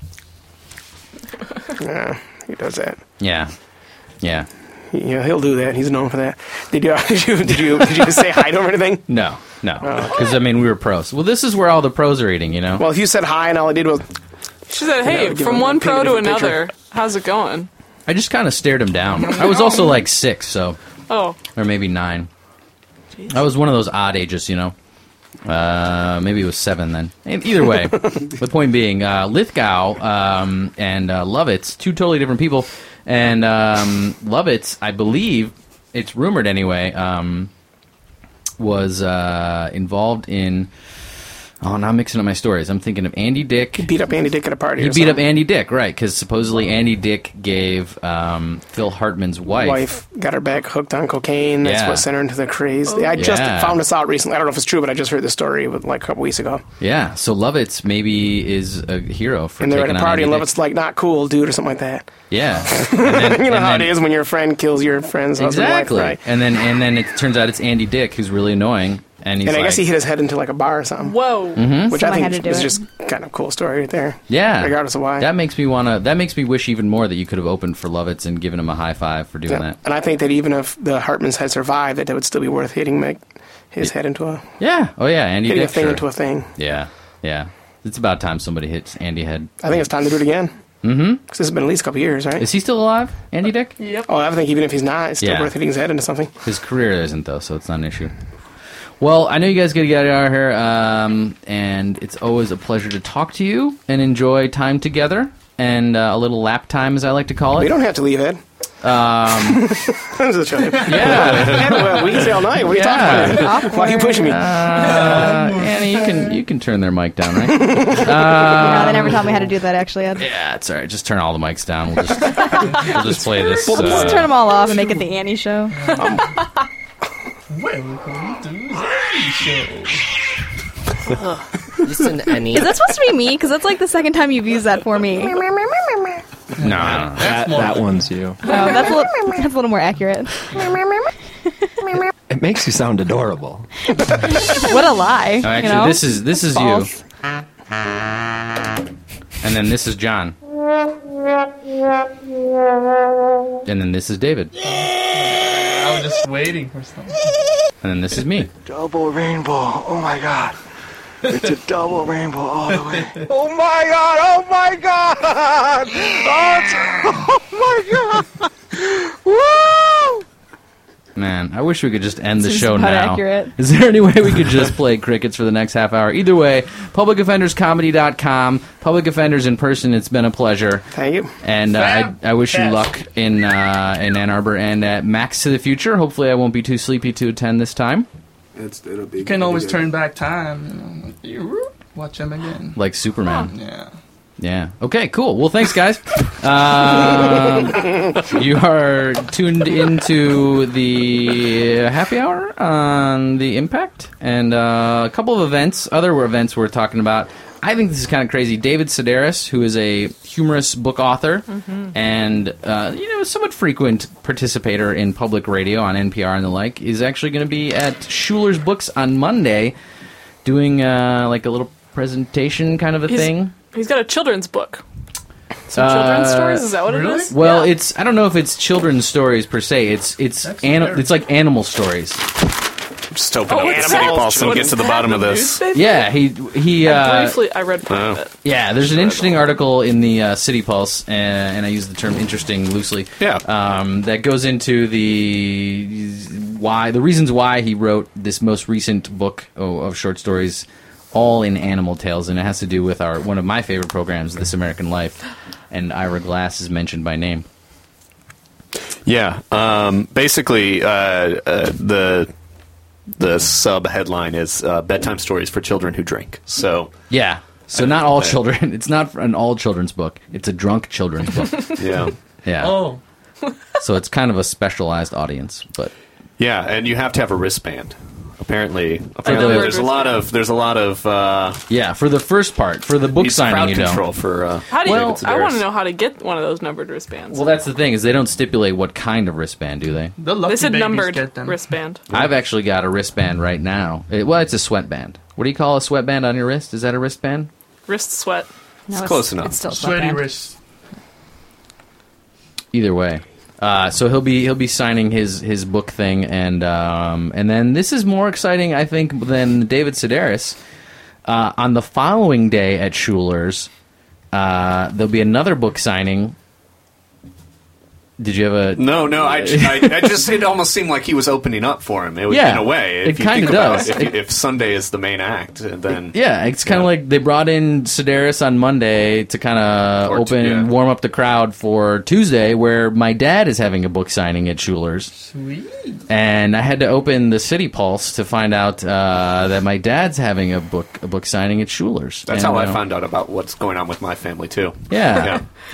S10: yeah, he does that.
S3: Yeah, yeah.
S10: Yeah, he'll do that. He's known for that. Did you? Did you? Did you, did you say hi to him or anything?
S3: No, no,
S10: Oh.
S3: because I mean we were pros. Well, this is where all the pros are eating, you know.
S10: Well, if you said hi and all I did was,
S4: She said,
S10: Yeah,
S4: hey,
S10: give
S4: from
S10: him a
S4: one pro
S10: picture,
S4: to
S10: different picture.
S4: another, how's it going?
S3: I just kind of stared him down. I was also like six, so
S4: Oh,
S3: or maybe nine.
S4: Jeez.
S3: I was one of those odd ages, you know. Uh, maybe it was seven then. And either way, the point being, uh, Lithgow um, and uh, Lovitz, two totally different people. And um, Lovitz, I believe, it's rumored anyway, um, was uh, involved in. Oh, now I'm mixing up my stories. I'm thinking of Andy Dick. He
S10: beat up Andy Dick at a party.
S3: He
S10: or
S3: beat up
S10: something.
S3: Andy Dick, right? Because supposedly Andy Dick gave um, Phil Hartman's wife.
S10: got her back hooked on cocaine. That's
S3: Yeah.
S10: what sent her into the craze.
S8: Oh.
S10: I just
S3: Yeah.
S10: found this out recently. I don't know if it's true, but I just heard the story with, like a couple weeks ago.
S3: Yeah, so Lovitz maybe is a hero for
S10: and they're
S3: taking
S10: at a
S3: on
S10: party, and
S3: Andy
S10: Lovett's like, "Not cool, dude," or something like that.
S3: Dick. Yeah,
S10: you know
S3: and
S10: how
S3: then-
S10: it is when your friend kills your friend's husband, wife,
S3: exactly.
S10: right?
S3: And then and then it turns out it's Andy Dick who's really annoying, and he's
S10: and I
S3: like,
S10: guess he hit his head into like a bar or something. Whoa!
S3: Mhm.
S10: Which
S8: Someone
S10: I
S8: had to
S10: think
S8: do
S10: is
S8: it.
S10: just kind of a cool story right there.
S3: yeah,
S10: regardless of why.
S3: That makes me wanna. That makes me wish even more that you could have opened for Lovitz and given him a high five for doing
S10: Yeah.
S3: that.
S10: And I think that even if the Hartmans had survived, that it would still be worth hitting Mick his head into a
S3: Yeah. Oh yeah, Andy
S10: hitting
S3: Dick.
S10: a thing
S3: sure.
S10: into a thing.
S3: Yeah, yeah. It's about time somebody hits Andy head.
S10: I think it's time to do it again
S3: Mm-hmm.
S10: because it's been at least a couple years, right?
S3: Is he still alive, Andy Dick?
S10: Yep. Oh, I think even if he's not, it's still
S3: Yeah.
S10: worth hitting his head into something.
S3: His career isn't though, so it's not an issue. Well, I know you guys got to get out of here, um, and it's always a pleasure to talk to you and enjoy time together and uh, a little lap time, as I like to call it.
S10: We don't have to leave, Ed.
S3: Um,
S10: This is a joke.
S3: Yeah.
S10: well, we can stay all night. What are you
S3: Yeah.
S10: talking about? Why are you pushing me?
S3: uh, Annie, you can you can turn their mic down, right?
S8: no, they
S3: Um,
S8: never taught me how to do that. Actually, Ed.
S3: yeah, it's all right. Just turn all the mics down. We'll just, we'll just play this.
S8: Just
S3: uh,
S8: turn them all off and make it the Annie show.
S6: Welcome to the show.
S12: Listen, Annie.
S8: Is that supposed to be me? Because that's like the second time you've used that for me. Oh,
S12: No, that, that one's you.
S8: that's a little, that's a little more accurate.
S12: It makes you sound adorable.
S8: what a lie!
S3: No, actually,
S8: you know?
S3: this is this is
S8: False.
S3: you. And then this is John. And then this is David.
S6: I was just waiting for something.
S3: And then this is me.
S13: Double rainbow. Oh my god. It's a double rainbow all the way.
S14: Oh my god! Oh my god! Oh, it's- oh my god! Woo!
S3: Man, I wish we could just end the
S8: This is
S3: show
S8: about
S3: now.
S8: accurate.
S3: Is there any way we could just play crickets for the next half hour? Either way, publicoffenderscomedy.com, public offenders in person. It's been a pleasure.
S10: Thank you.
S3: And uh, I, I wish you luck in uh, in Ann Arbor and at Max to the Future. Hopefully, I won't be too sleepy to attend this time,
S9: It's, it'll be.
S6: You can always
S9: it'll be
S6: turn back time. You know, watch him again.
S3: like Superman.
S6: Yeah.
S3: Yeah. Okay, cool. Well, thanks, guys. Um, you are tuned into the happy hour on the impact and uh, a couple of events, other events we're talking about. I think this is kind of crazy. David Sedaris, who is a humorous book author
S4: Mm-hmm.
S15: Mhm.
S3: and uh, you know somewhat frequent participator in public radio on NPR and the like, is actually going to be at Schuler's Books on Monday, doing uh, like a little presentation kind of a
S4: He's-
S3: thing.
S4: He's got a children's book. Some children's stories? Is that what it Really? is?
S3: Well, it's I don't know if it's children's stories per se. It's it's ani- it's like animal stories.
S7: Just hoping Oh, it's City that- Paulson what's gets to the that, bottom the of this. newspaper?
S3: Yeah, he he.
S4: I
S3: Uh,
S4: briefly, I read part of it.
S3: yeah, there's an interesting article in the uh, City Pulse, and, and I use the term interesting loosely. Yeah. Um, that goes into the why, the reasons why he wrote this most recent book o- of short stories, all in animal tales, and it has to do with our one of my favorite programs, This American Life, and Ira Glass is mentioned by name.
S7: Yeah. Um, basically, uh, uh, the the sub headline is uh, bedtime stories for children who drink. So
S3: Yeah. So not all children. It's not an all children's book. It's a drunk children's book.
S7: Yeah.
S3: Yeah.
S6: Oh.
S3: So it's kind of a specialized audience, but
S7: yeah, and you have to have a wristband. Apparently, apparently
S3: the-
S7: there's a lot of there's a lot of uh,
S3: yeah for the first part for the book signing
S7: crowd
S3: you don't.
S7: control for uh,
S4: How do you?
S3: Well-
S4: I want to know how to get one of those numbered wristbands.
S3: Well, that's the thing is they don't stipulate what kind of wristband, do they?
S4: the
S6: lucky
S4: They said
S6: babies
S4: numbered
S6: get them.
S4: wristband.
S3: I've actually got a wristband right now. It- well, it's a sweatband. What do you call a sweatband on your wrist? Is that a wristband?
S4: Wrist sweat.
S3: No, it's- close enough. it's still
S6: Sweaty
S3: sweatband.
S6: wrists.
S3: Either way. Uh, so he'll be he'll be signing his his book thing and um, and then this is more exciting I think than David Sedaris. Uh, on the following day at Schuler's, uh, there'll be another book signing. Did you have a
S7: No, no, I, I, I just it almost seemed like he was opening up for him. It was
S3: Yeah,
S7: in a way. If
S3: it
S7: you think
S3: kinda
S7: about
S3: does.
S7: It, if, you-
S3: It-
S7: if Sunday is the main act, uh, then
S3: Yeah, it's kind of like they brought in Sedaris on Monday to kind of open and warm up the crowd for Tuesday, where my dad is having a book signing at Schuler's. Sweet. And I had to open the City Pulse to find out uh, that my dad's having a book a book signing at Schuler's.
S7: that's
S3: And,
S7: how I
S3: uh,
S7: found out about what's going on with my family too.
S3: Yeah.
S7: yeah, I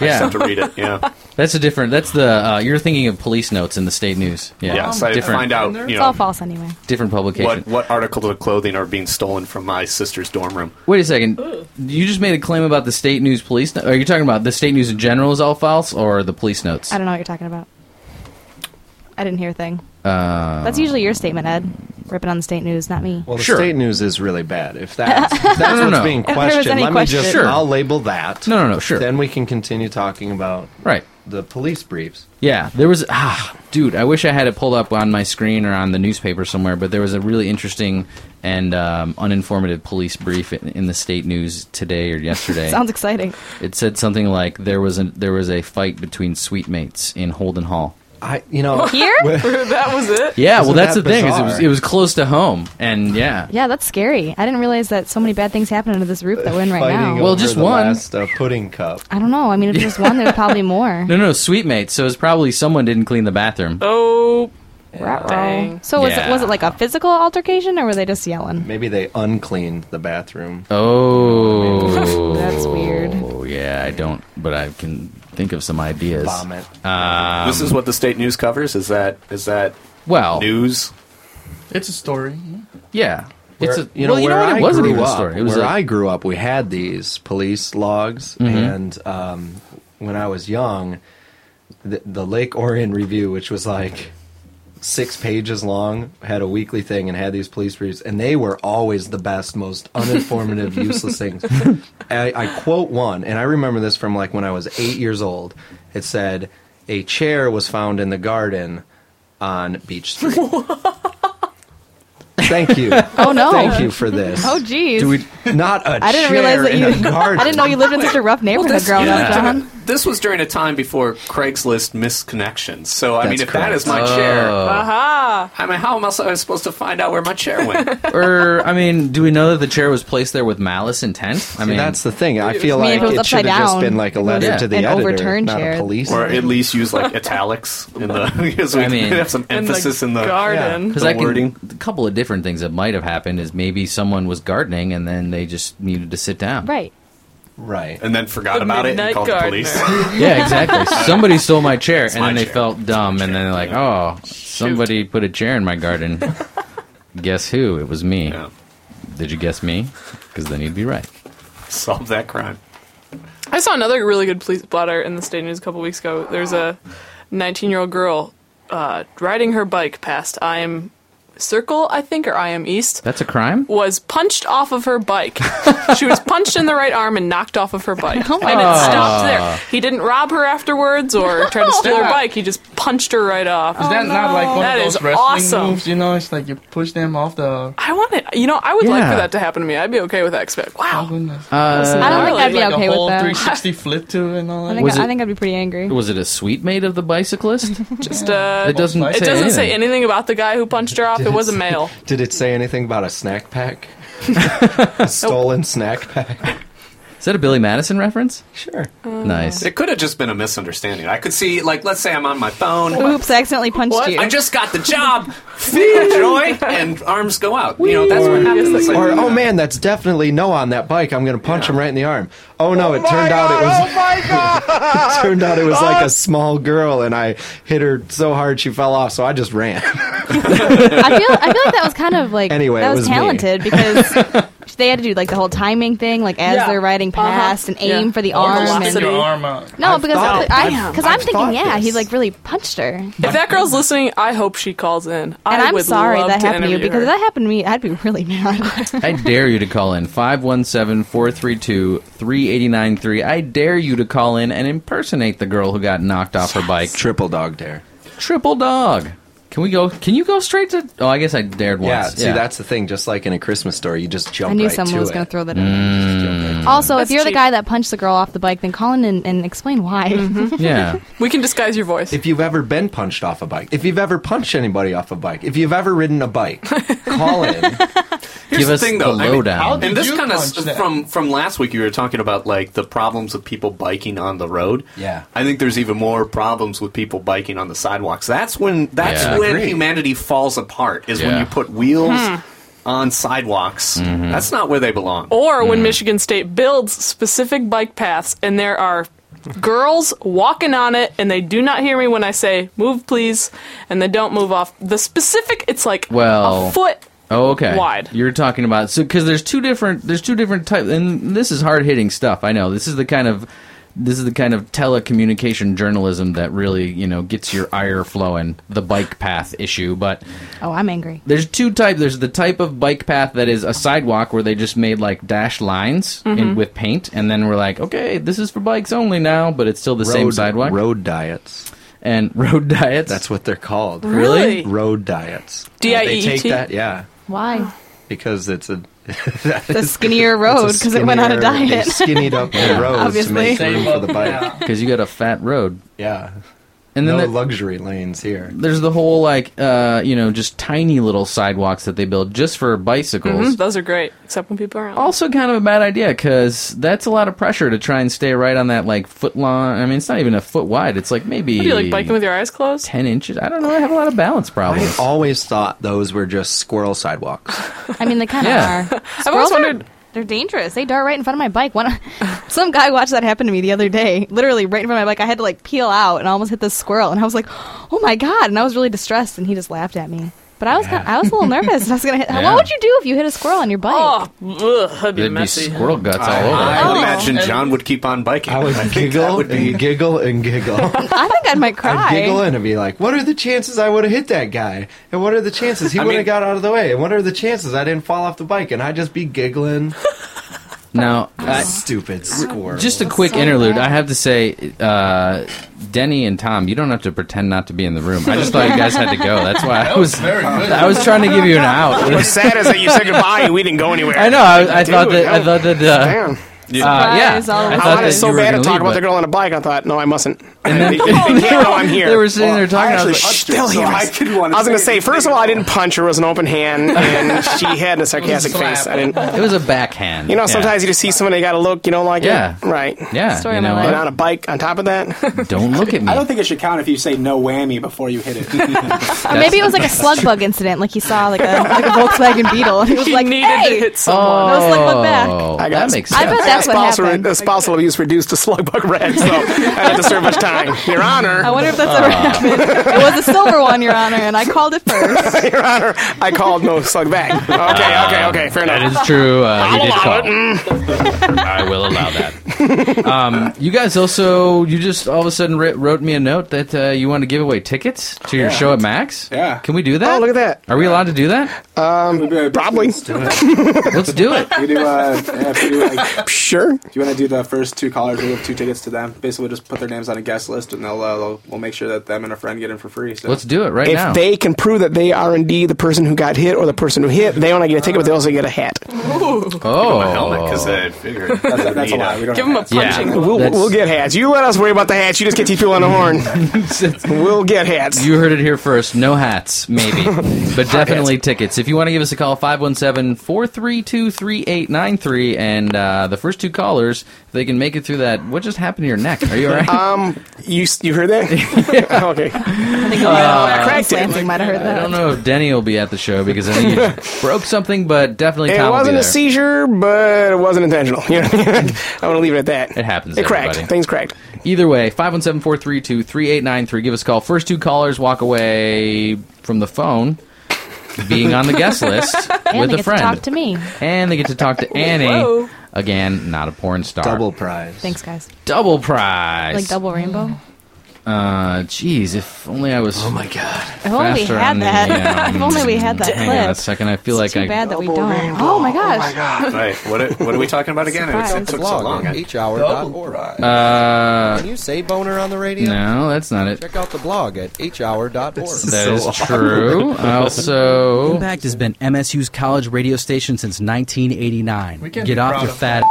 S3: Yeah.
S7: just have to read it. Yeah,
S3: That's a different. That's the uh, you're thinking of police notes in the state news. Yeah,
S7: Yes, I
S3: different,
S7: find out, you
S8: it's
S7: know,
S8: all false anyway.
S3: different publication.
S7: what what articles of clothing are being stolen from my sister's dorm room?
S3: Wait a second. You just made a claim about the state news police. No- are you talking about the state news in general is all false, or the police notes?
S8: I don't know what you're talking about. I didn't hear a thing.
S3: Uh,
S8: That's usually your statement, Ed. Ripping on the state news, not me.
S5: Well, the state news is really bad. If that's, if that's
S3: No, no,
S5: what's
S3: no.
S5: being
S8: If there was
S5: questioned,
S8: any
S5: let me
S8: question.
S5: just
S3: Sure.
S5: I'll label that.
S3: No, no, no. Sure.
S5: Then we can continue talking about
S3: right
S5: the police briefs.
S3: Yeah, there was ah, dude. I wish I had it pulled up on my screen or on the newspaper somewhere. But there was a really interesting and um, uninformative police brief in, in the state news today or yesterday.
S8: Sounds exciting.
S3: it said something like there was a there was a fight between sweetmates in Holden Hall.
S5: I, you know,
S8: Here?
S4: that was it.
S3: Yeah, well,
S5: Isn't
S3: that's
S5: that
S3: the thing is it was
S5: bizarre?
S3: it was close to home, and yeah,
S8: Yeah, that's scary. I didn't realize that so many bad things happen under this roof that we're in right
S5: fighting
S8: now.
S5: over the last uh, pudding cup.
S8: I don't know. I mean, if there's one, there's probably more.
S3: no, no, sweetmates. So it's probably someone didn't clean the bathroom.
S4: Oh,
S8: Dang. So was
S3: Yeah.
S8: it was it like a physical altercation or were they just yelling?
S5: Maybe they uncleaned the bathroom.
S3: Oh,
S8: That's weird.
S3: Oh yeah, I don't, but I can think of some ideas.
S7: Vomit.
S3: Um,
S7: this is what the state news covers. Is that is that
S3: well
S7: news?
S6: It's a story.
S3: Yeah.
S5: Where-
S3: it's a, well, you know
S5: where
S3: what? It
S5: I
S3: wasn't
S5: grew
S3: even a
S5: up-
S3: story. It was
S5: where
S3: a-
S5: I grew up. We had these police logs,
S3: Mhm.
S5: and um, when I was young, the, the Lake Orion Review, which was like six pages long, had a weekly thing, and had these police briefs, and they were always the best, most uninformative, useless things. I, I quote one, and I remember this from like when I was eight years old. It said, "A chair was found in the garden on Beach Street." Thank you.
S8: Oh, no.
S5: Thank you for this.
S8: Oh, geez.
S5: Do we- not a
S8: I didn't
S5: chair
S8: realize that
S5: in
S8: you.
S5: a garden.
S8: I didn't know you lived in such a rough neighborhood
S7: this-
S8: growing up,
S7: yeah.
S8: John.
S7: This was during a time before Craigslist misconnections. So, I mean,
S3: That's
S7: if that is my
S3: correct.
S7: chair,
S3: Oh.
S4: Ah.
S7: aha! I mean, how am I so- I was supposed to find out where my chair went?
S3: or I mean, do we know that the chair was placed there with malice intent? I
S5: See,
S3: mean,
S5: that's the thing. I
S8: feel I mean, like if it was it should've upside just down, been like a it letter was to the an editor, overturned not a chair. police
S7: or at
S8: thing.
S7: least use like italics in the because we
S3: I mean-
S7: have some
S3: In the
S7: emphasis in the,
S4: garden.
S7: the
S3: Because I can,
S7: wording.
S3: a couple of different things that might have happened is maybe someone was gardening and then they just needed to sit down.
S8: Right.
S5: Right.
S7: And then forgot
S3: The
S7: about it and
S3: midnight
S7: called
S3: gardener.
S7: the police.
S3: Yeah, exactly. Somebody stole my chair,
S7: It's
S3: and
S7: my
S3: then they
S7: chair.
S3: felt dumb, and then they're like, "Oh, somebody put a chair in my garden." guess who? It was me. Did you guess me? Because then you'd be right.
S7: Solve that crime.
S4: I saw another really good police plot art in the state news a couple weeks ago. There's a 19 year old girl uh, riding her bike past I am Circle, I think, or I am East.
S3: That's a crime.
S4: Was punched off of her bike. she was punched in the right arm and knocked off of her bike, and it
S3: goodness.
S4: stopped there. He didn't rob her afterwards or try to steal her
S6: Yeah.
S4: bike. He just punched her right off.
S6: Is that not like one
S4: Oh, That
S6: of
S4: is
S6: those wrestling
S4: awesome?
S6: moves? You know, it's like you push them off the.
S4: I want it. You know, I would like
S6: Yeah.
S4: for that to happen to me. I'd be okay with that. 'cause I'd be like, wow.
S6: I
S4: Uh,
S8: Oh, don't think I'd be
S6: like
S8: okay
S6: a
S8: with
S6: whole
S8: that.
S6: 360 flip to and all
S8: I
S6: that.
S8: think,
S3: Was
S8: I,
S3: it-
S8: think I'd be pretty angry.
S3: Was it a sweet mate of the bicyclist?
S4: Just uh,
S3: It doesn't
S4: It
S3: say
S4: doesn't
S3: anything.
S4: say anything about the guy who punched her off.
S5: Did
S4: It was a
S5: say-
S4: male.
S5: Did it say anything about a snack pack? a stolen snack pack.
S3: Is that a Billy Madison reference?
S5: Sure.
S3: Nice.
S7: It could have just been a misunderstanding. I could see, like, let's say I'm on my phone.
S8: Oops, I accidentally punched you.
S7: I just got the job. Feel joy and arms go out. You know that's what happens. It's like-
S5: Or oh man, that's definitely no on that bike. I'm gonna punch him right in the arm. Oh no, it turned out it was.
S14: Oh my god!
S5: It turned out it was like a small girl, and I hit her so hard she fell off. So I just ran.
S8: I feel I feel like that was kind of like
S5: Anyway,
S8: that
S5: it
S8: was,
S5: was me.
S8: talented because they had to do like the whole timing thing, like as they're riding
S4: Uh-huh.
S8: past and aim for the arm.
S6: Lock
S8: And,
S6: your arm out.
S8: No, because
S4: thought-
S8: I
S4: I've-
S8: because I'm
S4: I've
S8: thinking,
S4: thought
S8: yeah,
S4: this.
S8: he like really punched her. And
S4: If that girl's listening, I hope she calls in. I
S8: I'm
S4: would
S8: sorry
S4: love
S8: that
S4: to
S8: happened to you
S4: interview
S8: because
S4: her.
S8: if that happened to me, I'd be really mad.
S3: I dare you to call in 517-432-3893. I dare you to call in and impersonate the girl who got knocked off her bike.
S5: Triple dog dare.
S3: Triple dog. Can we go? Can you go straight to? Oh, I guess I dared once.
S5: Yeah. See, that's the thing. Just like in a Christmas story, you just jump.
S8: I knew
S5: right
S8: someone
S5: to
S8: was
S5: it.
S8: gonna throw that also,
S4: That's
S8: if you're
S4: cheap.
S8: the guy that punched the girl off the bike, then call in and, and explain why.
S4: Mm-hmm.
S3: Yeah.
S4: we can disguise your voice.
S5: If you've ever been punched off a bike, if you've ever punched anybody off a bike, if you've ever ridden a bike, call in.
S7: Here's
S3: Give us
S7: thing,
S3: the
S7: though. I mean,
S3: lowdown. How
S7: and
S3: did
S7: this
S3: you
S7: kind
S3: punch
S7: of
S3: that?
S7: from from last week, you were talking about like the problems of people biking on the road.
S5: Yeah.
S7: I think there's even more problems with people biking on the sidewalks. That's when that's
S3: Yeah.
S7: when
S3: Agreed.
S7: humanity falls apart. Is when
S3: Yeah. Mm-hmm.
S7: you put wheels
S4: Hmm.
S7: on sidewalks. That's not where they belong.
S4: Or when Michigan State builds specific bike paths and there are girls walking on it and they do not hear me when I say move please and they don't move off the specific it's like
S3: Well,
S4: a foot
S3: Oh, okay.
S4: wide.
S3: You're talking about so because there's two different there's two different types, and this is hard hitting stuff. I know this is the kind of this is the kind of telecommunication journalism that really you know gets your ire flowing. The bike path issue, but
S8: oh, I'm angry.
S3: There's two type. There's the type of bike path that is a sidewalk where they just made like dash lines in,
S4: Mm-hmm.
S8: Mhm.
S3: with paint, and then we're like, okay, this is for bikes only now, but it's still the same
S5: Road-
S3: sidewalk.
S5: Road diets
S3: and road diets.
S5: That's what they're called.
S4: Really? Really?
S5: Road diets. Uh,
S4: D-I-E-E-T?
S5: They take that. Yeah.
S8: Why?
S5: because it's a
S8: The skinnier road because it went on a
S5: skinnier-
S8: diet.
S5: They skinnied up the roads to make
S8: Obviously.
S5: room for the bike.
S8: Yeah.
S3: because you got a fat road.
S5: Yeah,
S3: and then
S5: no
S3: there-
S5: luxury lanes here.
S3: there's the whole like uh, you know just tiny little sidewalks that they build just for bicycles.
S4: Mhm, those are great except when people are out
S3: Also, kind of a bad idea because that's a lot of pressure to try and stay right on that like foot long. I mean, it's not even a foot wide. It's like maybe
S4: What do you like biking with your eyes closed
S3: ten inches. I don't know. I have a lot of balance problems.
S5: I always thought those were just squirrel sidewalks.
S8: I mean, they kind of
S3: Yeah.
S8: are.
S4: I've
S8: Squirrels
S4: always
S8: are-
S4: wondered-
S8: They're dangerous. They dart right in front of my bike. One, some guy watched that happen to me the other day. Literally right in front of my bike. I had to like peel out and almost hit this squirrel. And I was like, "Oh my god!" And I was really distressed. And he just laughed at me. But I was kinda- I was a little nervous. I was gonna hit.
S3: Yeah.
S8: What would you do if you hit a squirrel on your bike?
S4: Oh, ugh, that'd be
S3: There'd be
S4: messy.
S3: squirrel guts
S7: I,
S3: all over.
S7: I
S8: Oh.
S7: imagine John would keep on biking. I would
S5: giggle and giggle and giggle.
S8: I think I might
S5: I'd giggle
S8: cry.
S5: and I'd be like, "What are the chances I would have hit that guy? And what are the chances he would have got out of the way? And what are the chances I didn't fall off the bike?" And I'd just be giggling.
S3: Now, I-
S5: stupid squirrel.
S3: Just a quick interlude. I have to say, uh, Denny and Tom, you don't have to pretend not to be in the room. I just thought you guys had to go. That's why I
S10: That
S3: was,
S10: was very good.
S3: I was trying to give you an out.
S10: What's sad is that you said goodbye and we didn't go anywhere.
S3: I know. I, I
S10: Dude,
S3: thought that. I
S10: no.
S3: thought that. Uh,
S10: Damn.
S3: Yeah. Uh, yeah.
S10: I
S3: I thought
S10: thought it was
S3: that
S10: so
S3: you were
S10: bad to
S3: gonna
S10: talk
S3: leave,
S10: about the
S3: but-
S10: girl on a bike. I thought, no, I mustn't.
S3: And then-
S10: they, they can't know I'm here.
S3: They were sitting there talking, I was
S10: I
S3: like,
S10: still
S3: so
S10: here.
S3: I
S10: I,
S3: didn't wanna
S10: was going to
S3: say
S10: say, first of all, I didn't punch her. It was an open hand, and she had a sarcastic face. I didn't.
S3: It was a backhand.
S10: You know,
S3: Yeah.
S10: sometimes you just see somebody got to look. You don't like
S3: Yeah.
S10: it, right?
S3: Yeah, Story you of my know life. what?
S10: and on a bike. On top of that,
S3: Don't look at me.
S9: I don't think it should count if you say no whammy before you hit it.
S8: Or maybe it was like a slug bug incident, like he saw like a, like a Volkswagen Beetle, and he was like, "Hey, No slug bug back."
S3: I Oh,
S10: got,
S3: that makes
S8: I bet
S10: got
S8: that's what
S10: spousal,
S8: happened.
S10: uh, spousal abuse reduced to slug bug red, so I didn't serve much time. Your Honor. Uh.
S8: I wonder if that's
S3: Ah.
S8: ever happened. It was a silver one, Your Honor, and I called it first.
S10: Your Honor, I called no slug bag. Okay, okay, okay, fair enough.
S3: Uh, That is true. Uh, he
S10: I'll
S3: did
S10: allow
S3: call.
S10: it. Mm.
S3: I will allow that. um, you guys also, you just all of a sudden writ- wrote me a note that uh, you want to give away tickets to your
S10: Yeah.
S3: show at Max.
S10: Yeah.
S3: Can we do that?
S10: Oh, look at that.
S3: Are we allowed to do that?
S10: Um, probably.
S3: Let's do it.
S9: We do, uh, yeah, if we do, like,
S10: sure.
S9: If you want to do the first two callers, we have two tickets to them. Basically, we'll just put their names on a guest list, and they'll, uh, they'll we'll make sure that them and a friend get in for free. So.
S10: if If they can prove that they are indeed the person who got hit or the person who hit, they only get a ticket, but they also get a hat.
S3: Oh,
S7: a helmet because I figured
S9: that's, that's a lie. We don't
S10: Give
S9: have
S10: them a punching. We'll, we'll get hats. You let us worry about the hats. You just get these people on the horn. we'll get hats.
S3: You heard it here first. No hats, maybe, but definitely tickets. If you want to give us a call, 517-432-3893. And uh, the first two callers, if they can make it through that, what just happened to your neck? Are you all right?
S10: Um, you you heard that? okay. I
S8: think
S3: Uh,
S10: cracked it.
S8: Lansing might have heard
S3: I
S8: that.
S3: don't know if Denny will be at the show because I think he broke something, but definitely
S10: It
S3: Tom will be
S10: wasn't
S3: there.
S10: a seizure, but it wasn't intentional. You know, I want to leave it at that.
S3: It happens.
S10: It cracked.
S3: everybody.
S10: Things cracked.
S3: Either way, 517-432-3893. Give us a call. First two callers walk away from the phone being on the guest list
S8: and
S3: with
S8: they
S3: a
S8: get
S3: friend.
S8: to talk to me.
S3: and they get to talk to Annie.
S8: Whoa.
S3: Again, not a porn star.
S5: Double prize.
S8: Thanks, guys.
S3: Double prize.
S8: Like double rainbow.
S3: Mm. Uh, jeez, if only I was. Oh my god.
S8: If only we had that. If only we had that
S3: Hang on a
S8: clip.
S3: um, second. I feel
S8: It's too
S3: like I.
S8: bad that we don't. Oh my gosh.
S7: Right. What are, what are we talking about again? It, was- it took so long.
S12: hhour.org.
S3: Uh,
S12: Can you say boner on the radio?
S3: no, that's not it.
S12: Check out the blog at hhour.org.
S3: That is true. also,
S15: Impact has been MSU's college radio station since 1989.
S12: We can
S15: Get
S12: be
S15: off
S12: proud
S15: your
S12: of
S15: fat.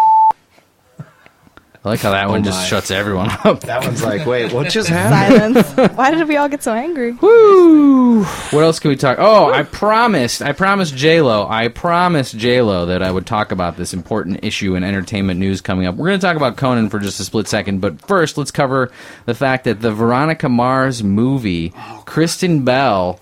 S3: I like how that one
S5: my.
S3: just shuts everyone up.
S5: That one's like, wait, what just happened?
S8: Silence. Why did we all get so angry?
S3: Woo! What else can we talk? Oh, I promised. I promised J Lo. I promised J Lo that I would talk about this important issue in entertainment news coming up. We're going to talk about Conan for just a split second, but first, let's cover the fact that the Veronica Mars movie, Kristen Bell,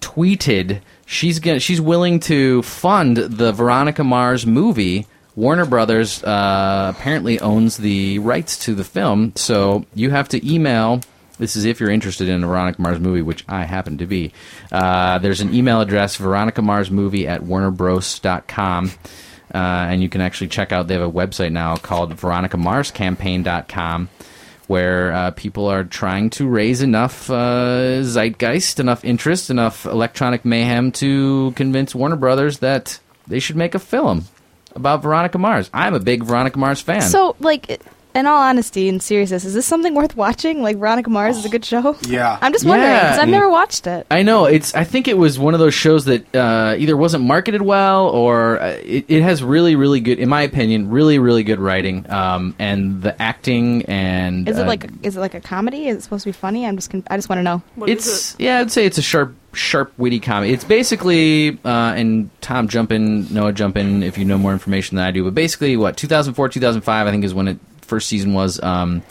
S3: tweeted she's gonna, she's willing to fund the Veronica Mars movie. Warner Brothers uh, apparently owns the rights to the film, so you have to email. This is if you're interested in a Veronica Mars movie, which I happen to be. Uh, there's an email address, Veronica Mars movie at warnerbros.com. Uh, and you can actually check out, they have a website now called veronicaMarsCampaign.com where uh, people are trying to raise enough uh, zeitgeist, enough interest, enough electronic mayhem to convince Warner Brothers that they should make a film about Veronica Mars. I'm a big Veronica Mars fan.
S8: So, like, in all honesty and seriousness, is this something worth watching? Like, Veronica Mars is a good show?
S3: Yeah.
S8: I'm just wondering,
S3: Yeah.
S8: because I've never watched it.
S3: I know it's. I think it was one of those shows that uh, either wasn't marketed well, or uh, it, it has really, really good, in my opinion, really, really good writing, um, and the acting and
S8: Is it
S3: uh,
S8: like is it like a comedy? Is it supposed to be funny? I'm just con- I just want to know.
S3: it's yeah, I'd say it's a sharp, sharp, witty comedy. It's basically uh, and Tom jump in, Noah jump in if you know more information than I do. But basically, what 2004, 2005, I think is when it first season was. Um,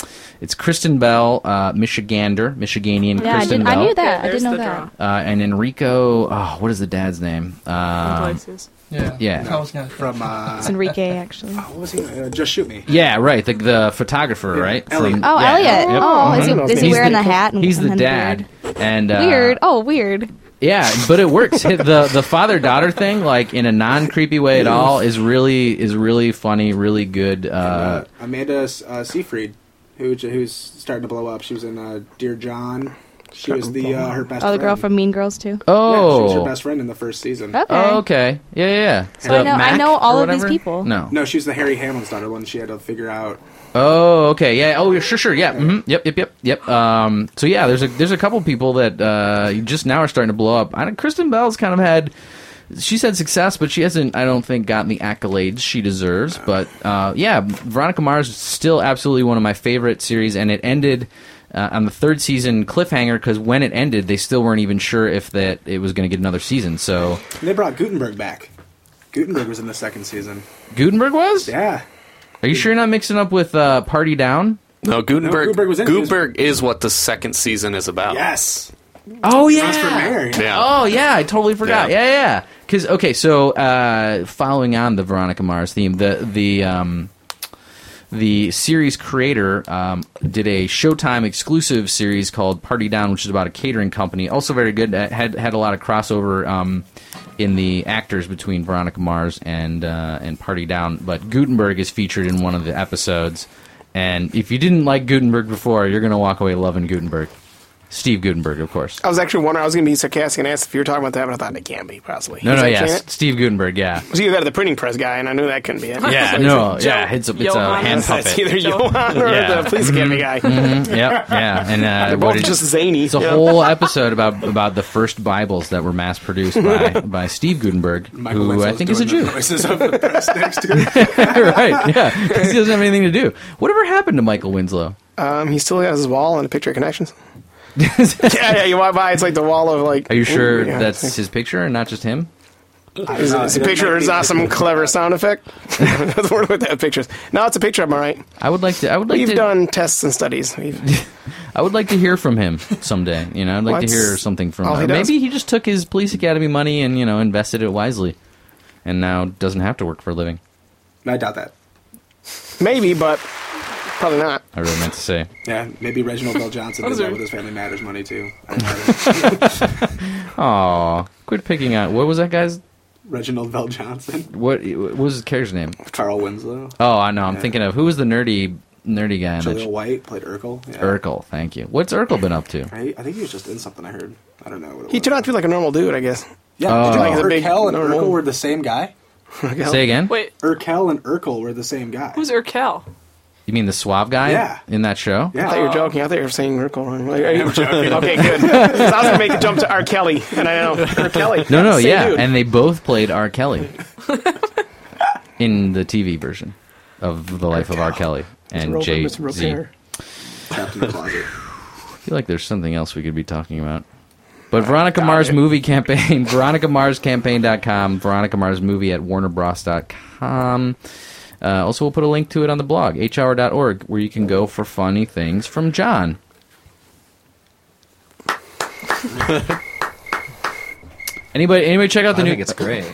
S3: it's Kristen Bell, uh, Michigander, Michiganian
S8: yeah, I,
S3: Kristen
S8: did,
S3: Bell,
S8: I knew that. I
S4: There's
S8: did know
S4: the
S8: that.
S4: drama.
S3: Uh, and Enrico. Oh, what is the dad's name? Um,
S4: Iglesias.
S9: Yeah.
S3: yeah.
S9: From uh,
S8: It's Enrique actually.
S9: what was he? Uh, just shoot me.
S3: Yeah, right. The, the photographer, right?
S9: Elliot.
S8: Oh, Elliot. Oh, is he-
S3: Mhm.
S8: is he
S3: He's
S8: wearing
S3: the,
S8: the hat and-
S3: he's the
S8: and the
S3: dad. And uh,
S8: weird. Oh, weird.
S3: Yeah, but it works. Hit the the father daughter thing, like in a non creepy way at all, is really is really funny, really good. Uh,
S9: Amanda uh, Seyfried, who, who's starting to blow up. She was in uh, Dear John. She was the uh, her best.
S8: Oh, the girl
S9: friend.
S8: from Mean Girls too.
S9: Yeah, she was
S3: Oh.
S9: her best friend in the first season.
S8: Okay.
S3: oh, okay, yeah, yeah. yeah.
S8: So I
S3: The
S8: know- I
S3: Mac
S8: know all
S3: or
S8: of these
S3: whatever?
S8: people.
S3: No.
S9: No, she was the Harry Hamlin's daughter when she had to figure out.
S3: Oh, okay, yeah. Oh, yeah, sure, sure, yeah. hmm Yep, yep, yep, yep. Um, so yeah, there's a there's a couple people that uh, you just now are starting to blow up. I don't, Kristen Bell's kind of had she's had success, but she hasn't. I don't think gotten the accolades she deserves. But uh, yeah, Veronica Mars is still absolutely one of my favorite series, and it ended. Uh, on the third season cliffhanger because when it ended they still weren't even sure if that it was going to get another season so
S9: And they brought Gutenberg back. Gutenberg was in the second season.
S3: gutenberg was
S9: yeah
S3: are you sure you're not mixing up with uh, party down
S7: No, Gutenberg.
S3: Gutenberg
S7: Gutenberg,
S3: was in it. He was-
S7: is what the second season is about.
S9: Yes.
S3: Oh yeah.
S9: for Mary.
S7: Yeah.
S3: Oh yeah, I totally forgot. Yeah,
S7: Yeah.
S3: yeah. Cuz okay, so uh following on the Veronica Mars theme, the the um the series creator um, did a Showtime exclusive series called Party Down, which is about a catering company. Also very good. Uh, Had had a lot of crossover um, in the actors between Veronica Mars and uh, and Party Down. But Gutenberg is featured in one of the episodes. And if you didn't like Gutenberg before, you're gonna walk away loving Gutenberg. Steve Gutenberg, of course.
S10: I was actually wondering, I was going to be sarcastic and ask if you were talking about that, but I thought it can't be, possibly.
S3: No,
S10: Is
S3: no,
S10: that
S3: yes,
S10: Janet?
S3: Steve Gutenberg, yeah.
S10: It was either that or the printing press guy, and I knew that couldn't be it.
S3: Yeah,
S10: So
S3: no,
S10: it's
S3: yeah, it's a, it's a
S10: Johann.
S3: hand puppet.
S10: It's either Johann or the police academy guy.
S3: Mhm, Yep, yeah, and uh,
S10: They're
S3: what
S10: both
S3: it-
S10: just zany.
S3: It's a
S10: Yeah.
S3: whole episode about about the first Bibles that were mass produced by, by Steve Gutenberg,
S9: Michael
S3: who I
S9: Winslow's
S3: think is a Jew.
S9: doing the Voices of the press next to
S3: right? Yeah, 'cause he doesn't have anything to do. Whatever happened to Michael Winslow?
S10: Um, he still has his wall and a picture of connections. yeah, yeah, you walk by, it's like the wall of like.
S3: Are you sure
S10: Yeah.
S3: that's his picture and not just him?
S10: Is it- it's a picture. It's not some clever sound effect. That's word with that pictures. No, it's a picture. I'm all right.
S3: I would like to. I would like
S10: We've
S3: to.
S10: done tests and studies. We've,
S3: I would like to hear from him someday. You know, I'd like to
S10: What's-
S3: hear something from
S10: all he
S3: him.
S10: does?
S3: Maybe he just took his police academy money and you know invested it wisely, and now doesn't have to work for a living.
S9: I doubt that.
S10: maybe, but probably not.
S3: I really meant to say.
S9: Yeah, maybe Reginald Bell Johnson did that with his Family Matters money too.
S3: Aw, quit picking out. What was that guy's?
S9: Reginald Bell Johnson,
S3: What, what was his character's name?
S9: Carl Winslow,
S3: Oh, I know. I'm
S9: Yeah.
S3: thinking of who was the nerdy nerdy guy in
S9: Jaleel
S3: that?
S9: White played Urkel. Yeah.
S3: Urkel. Thank you. What's Urkel been up to?
S9: I, I think he was just in something I heard. I don't know. What it
S10: He turned out to be like a normal dude, I guess.
S9: Yeah,
S3: Oh.
S9: did you
S3: Like
S9: know
S3: the big-
S9: Urkel and
S10: no, no.
S9: Urkel were the same guy?
S3: Say again?
S4: Wait.
S9: Urkel and Urkel were the same guy.
S4: Who's Urkel?
S3: You mean the swab guy?
S9: Yeah.
S3: In that show?
S10: I thought you were joking. I thought you were saying Urkel. I'm like, are you joking? okay, good. 'Cause I was gonna make the jump to R. Kelly, and I know R. Kelly.
S3: No, no,
S10: Same
S3: yeah,
S10: dude.
S3: and they both played R. Kelly in the TV version of the life of R. Kelly and
S10: Roper,
S3: Jay
S10: Mr. Roper.
S3: Z.
S9: Trapped in the closet.
S3: I feel like there's something else we could be talking about. But Veronica Mars movie campaign, veronicaMarsCampaign.com, Veronica Mars movie at WarnerBros.com. Uh, also, we'll put a link to it on the blog, hhour.org, where you can go for funny things from John. anybody, anybody, check out the
S5: I
S3: new.
S5: think it's great.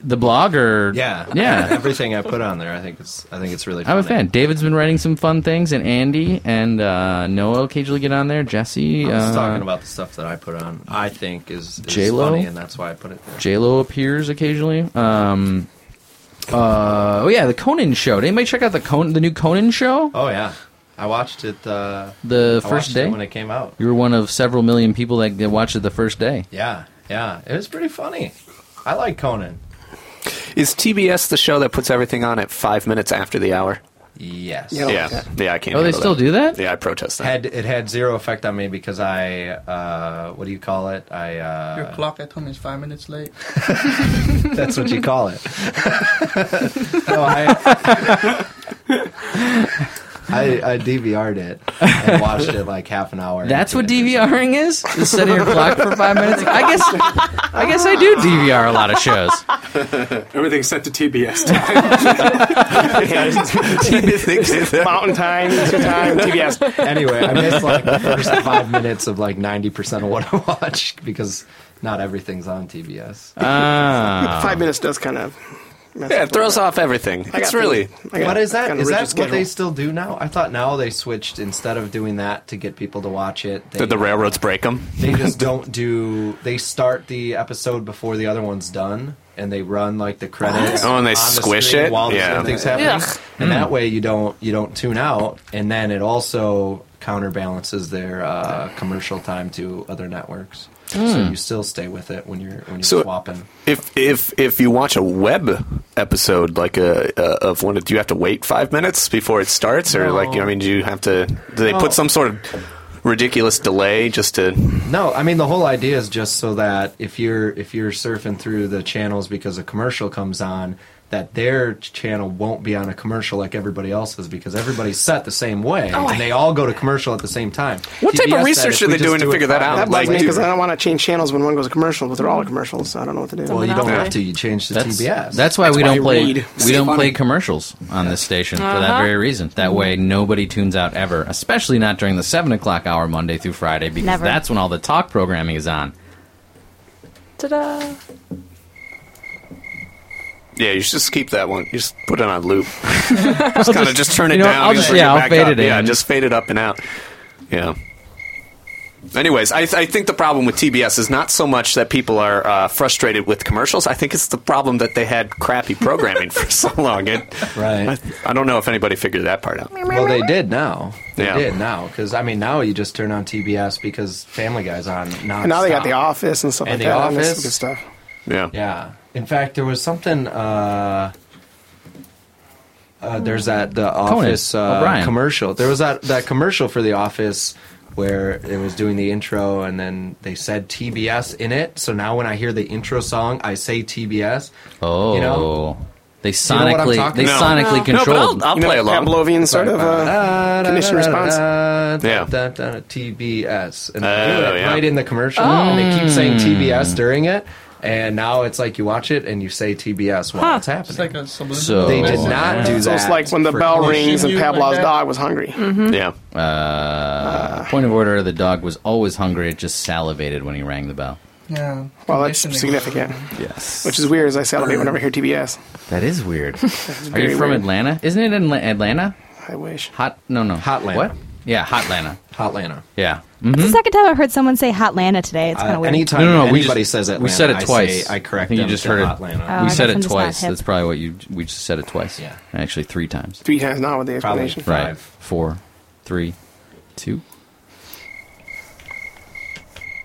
S3: The blog or
S5: Yeah,
S3: yeah.
S5: Everything I put on there, I think it's I think it's really.
S3: I'm
S5: Funny.
S3: a fan. David's been writing some fun things, and Andy and uh, Noah will occasionally get on there. Jesse,
S5: I was
S3: uh,
S5: talking about the stuff that I put on. I think is, is
S3: J-Lo?
S5: funny, and that's why I put it there.
S3: J Lo appears occasionally. Um, uh, oh yeah, the Conan show. Did anybody check out the Con- the new Conan show?
S5: Oh yeah, I watched it. Uh,
S3: The
S5: I
S3: first
S5: watched it
S3: day
S5: when it came out.
S3: you were one of several million people that that watched it the first day.
S5: Yeah, yeah, it was pretty funny. I like Conan.
S7: Is TBS the show that puts everything on at five minutes after the hour?
S5: Yes.
S7: Yeah, yeah, I can't.
S3: Oh, they
S7: handle
S3: still do that?
S7: Yeah, I protest that.
S5: Had it had zero effect on me because I uh, what do you call it? I
S6: Your
S5: uh,
S6: clock at home is five minutes late.
S5: that's what you call it. no, I, I I DVR'd it and watched it like half an hour.
S3: That's what DVRing is. Just setting your clock for five minutes. I guess. I guess I do DVR a lot of shows.
S9: Everything's set to TBS time.
S10: Mountain time, Eastern time, TBS.
S5: Anyway, I missed like the first five minutes of like ninety percent of what I watched because not everything's on TBS.
S3: Ah.
S10: Five minutes does kind of
S7: Yeah, it throws off everything.
S5: I
S7: It's
S5: got
S7: really.
S5: the- what is that? Is that what they still do now? I thought now they switched instead of doing that to get people to watch it. They,
S7: Did the railroads break them?
S5: they just don't do. They start the episode before the other one's done, and they run like the credits.
S7: Oh, and they
S5: on the
S7: squish
S5: screen
S7: it?
S5: while the
S7: Yeah.
S5: something's happening,
S7: Ugh.
S5: and
S7: Mm.
S5: that way you don't you don't tune out, and then it also counterbalances their uh, commercial time to other networks. So
S7: Mm.
S5: you still stay with it when you're when you're
S7: So-
S5: swapping.
S7: If if if you watch a web episode like a uh, of one, do you have to wait five minutes before it starts, or like I mean, do you have to? Do they
S5: No.
S7: put some sort of ridiculous delay just to?
S5: No, I mean the whole idea is just so that if you're if you're surfing through the channels because a commercial comes on, that their channel won't be on a commercial like everybody else's because everybody's set the same way
S10: Oh, I-
S5: and they all go to commercial at the same time.
S10: What
S5: TBS said if we just do it five
S10: That
S5: minutes
S10: bugs me
S5: later-
S10: because I don't want to change channels when one goes to commercial, but they're all commercials, so I don't know what to do.
S5: well, you don't have to. You change the
S10: That's-
S5: TBS.
S3: That's why we
S10: why
S3: don't
S10: I
S3: play
S10: read.
S3: we
S10: Save
S3: don't
S10: money.
S3: play commercials on this station for that
S10: Uh-huh.
S3: very reason. That way, nobody tunes out ever, especially not during the seven o'clock hour Monday through Friday, because
S4: Never.
S3: that's when all the talk programming is on.
S4: Ta-da!
S7: Yeah, you should just keep that one. You just put it on loop. just kind of just turn it
S3: you know,
S7: down.
S3: I'll
S7: and
S3: just-
S7: bring
S3: yeah,
S7: it
S3: I'll
S7: back
S3: fade
S7: up.
S3: it
S7: Yeah,
S3: in.
S7: just fade it up and out. Yeah. Anyways, I, I think the problem with TBS is not so much that people are uh, frustrated with commercials. I think it's the problem that they had crappy programming for so long. It,
S5: right.
S7: I, I don't know if anybody figured that part out.
S5: Well, they did now. They
S7: Yeah.
S5: did now because I mean now you just turn on TBS because Family Guy's on. Nonstop.
S10: And now they got The Office and stuff
S5: And
S10: like
S5: The
S10: that. and that's
S5: Office.
S10: good stuff.
S7: Yeah.
S5: Yeah. In fact, there was something. Uh, uh, there's that the office uh,
S16: O'Brien.
S5: commercial. There was that that commercial for the office where it was doing the intro and then they said TBS in it. So now when I hear the intro song, I say TBS.
S3: Oh,
S5: You know?
S3: they
S5: You know what I'm
S3: sonically they
S5: talking about?
S3: sonically controlled.
S10: You know, that Pavlovian sort of uh, condition response.
S5: Yeah. TBS. And they do
S7: Oh,
S5: it
S7: yeah.
S5: right in the commercial.
S10: Oh.
S5: And they keep saying
S10: Mm.
S5: TBS during it. And now it's like you watch it and you say TBS while it's happening.
S6: It's like a subliminal.
S5: they did not do that.
S10: So it's like when the
S5: for
S10: bell
S5: commercial.
S10: rings and
S6: You like
S10: Pavlov's
S6: that?
S10: dog was hungry.
S6: Mhm.
S7: Yeah.
S3: Uh, point of order: the dog was always hungry. It just salivated when he rang the bell.
S6: Yeah.
S10: Well, that's significant.
S3: Yes.
S10: Which is weird, as I salivate whenever I hear TBS.
S3: That is weird. Are
S10: very
S3: you from
S10: weird.
S3: Atlanta? Isn't it in La- Atlanta?
S10: I wish.
S3: Hot? No, no. Hotlanta. What? Yeah, Hotlanta.
S5: Hotlanta.
S3: Yeah. Mm-hmm.
S8: It's the second time I've heard someone say Hotlanta today. It's kind of
S5: Uh,
S8: weird.
S5: anytime
S3: no, no, no. We
S5: anybody
S3: just,
S5: says
S3: We
S5: Atlanta,
S3: said
S5: I
S3: it
S5: say-
S3: twice.
S5: I correct
S3: think
S5: them
S3: you just
S5: to
S3: heard it.
S5: Atlanta.
S8: Oh, I
S3: we said
S8: guess I'm
S3: it
S8: just not
S3: twice.
S8: hip.
S3: That's probably what you. We just said it twice. Yeah. Actually, three times.
S10: Three times now with the explanation.
S3: Right. Four, three, two.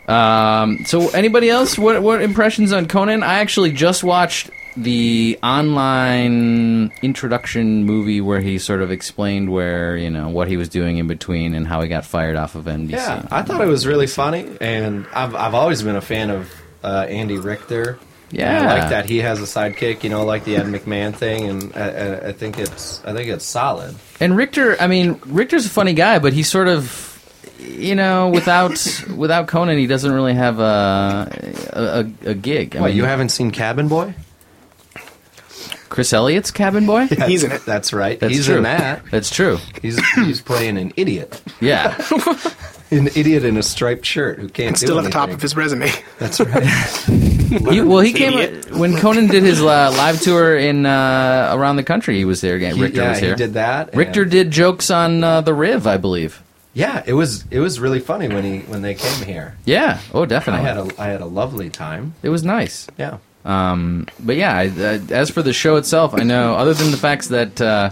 S3: Um, so anybody else? What what impressions on Conan? I actually just watched the online introduction movie where he sort of explained where you know what he was doing in between and how he got fired off of NBC.
S5: Yeah, I thought it was really funny, and I've I've always been a fan of uh, Andy Richter.
S3: Yeah.
S5: And I like that he has a sidekick, you know, like the Ed McMahon thing, and I, I, I think it's I think it's solid.
S3: And Richter, I mean, Richter's a funny guy, but he's sort of, you know, without without Conan, he doesn't really have a a, a, a gig. I
S5: What, you
S3: haven't
S5: seen Cabin Boy?
S3: Chris Elliott's Cabin Boy?
S5: he's in it. That's right.
S3: That's
S5: he's
S3: true.
S5: in that.
S3: That's true.
S5: He's he's playing an idiot,
S3: Yeah.
S5: an idiot in a striped shirt who can't
S10: It's
S5: do
S10: still at the
S5: anything.
S10: top of his resume.
S5: That's right.
S3: He- well, he came when Conan did his uh, live tour in uh, around the country. He was there again.
S5: He-
S3: Richter
S5: yeah,
S3: was
S5: he
S3: here.
S5: did that, and-
S3: Richter did jokes on uh, the Riv, I believe.
S5: yeah, it was it was really funny when he when they came here.
S3: Yeah. Oh, definitely.
S5: I had a I had a lovely time.
S3: It was nice.
S5: Yeah.
S3: Um, but yeah, I, I, as for the show itself, I know other than the facts that uh,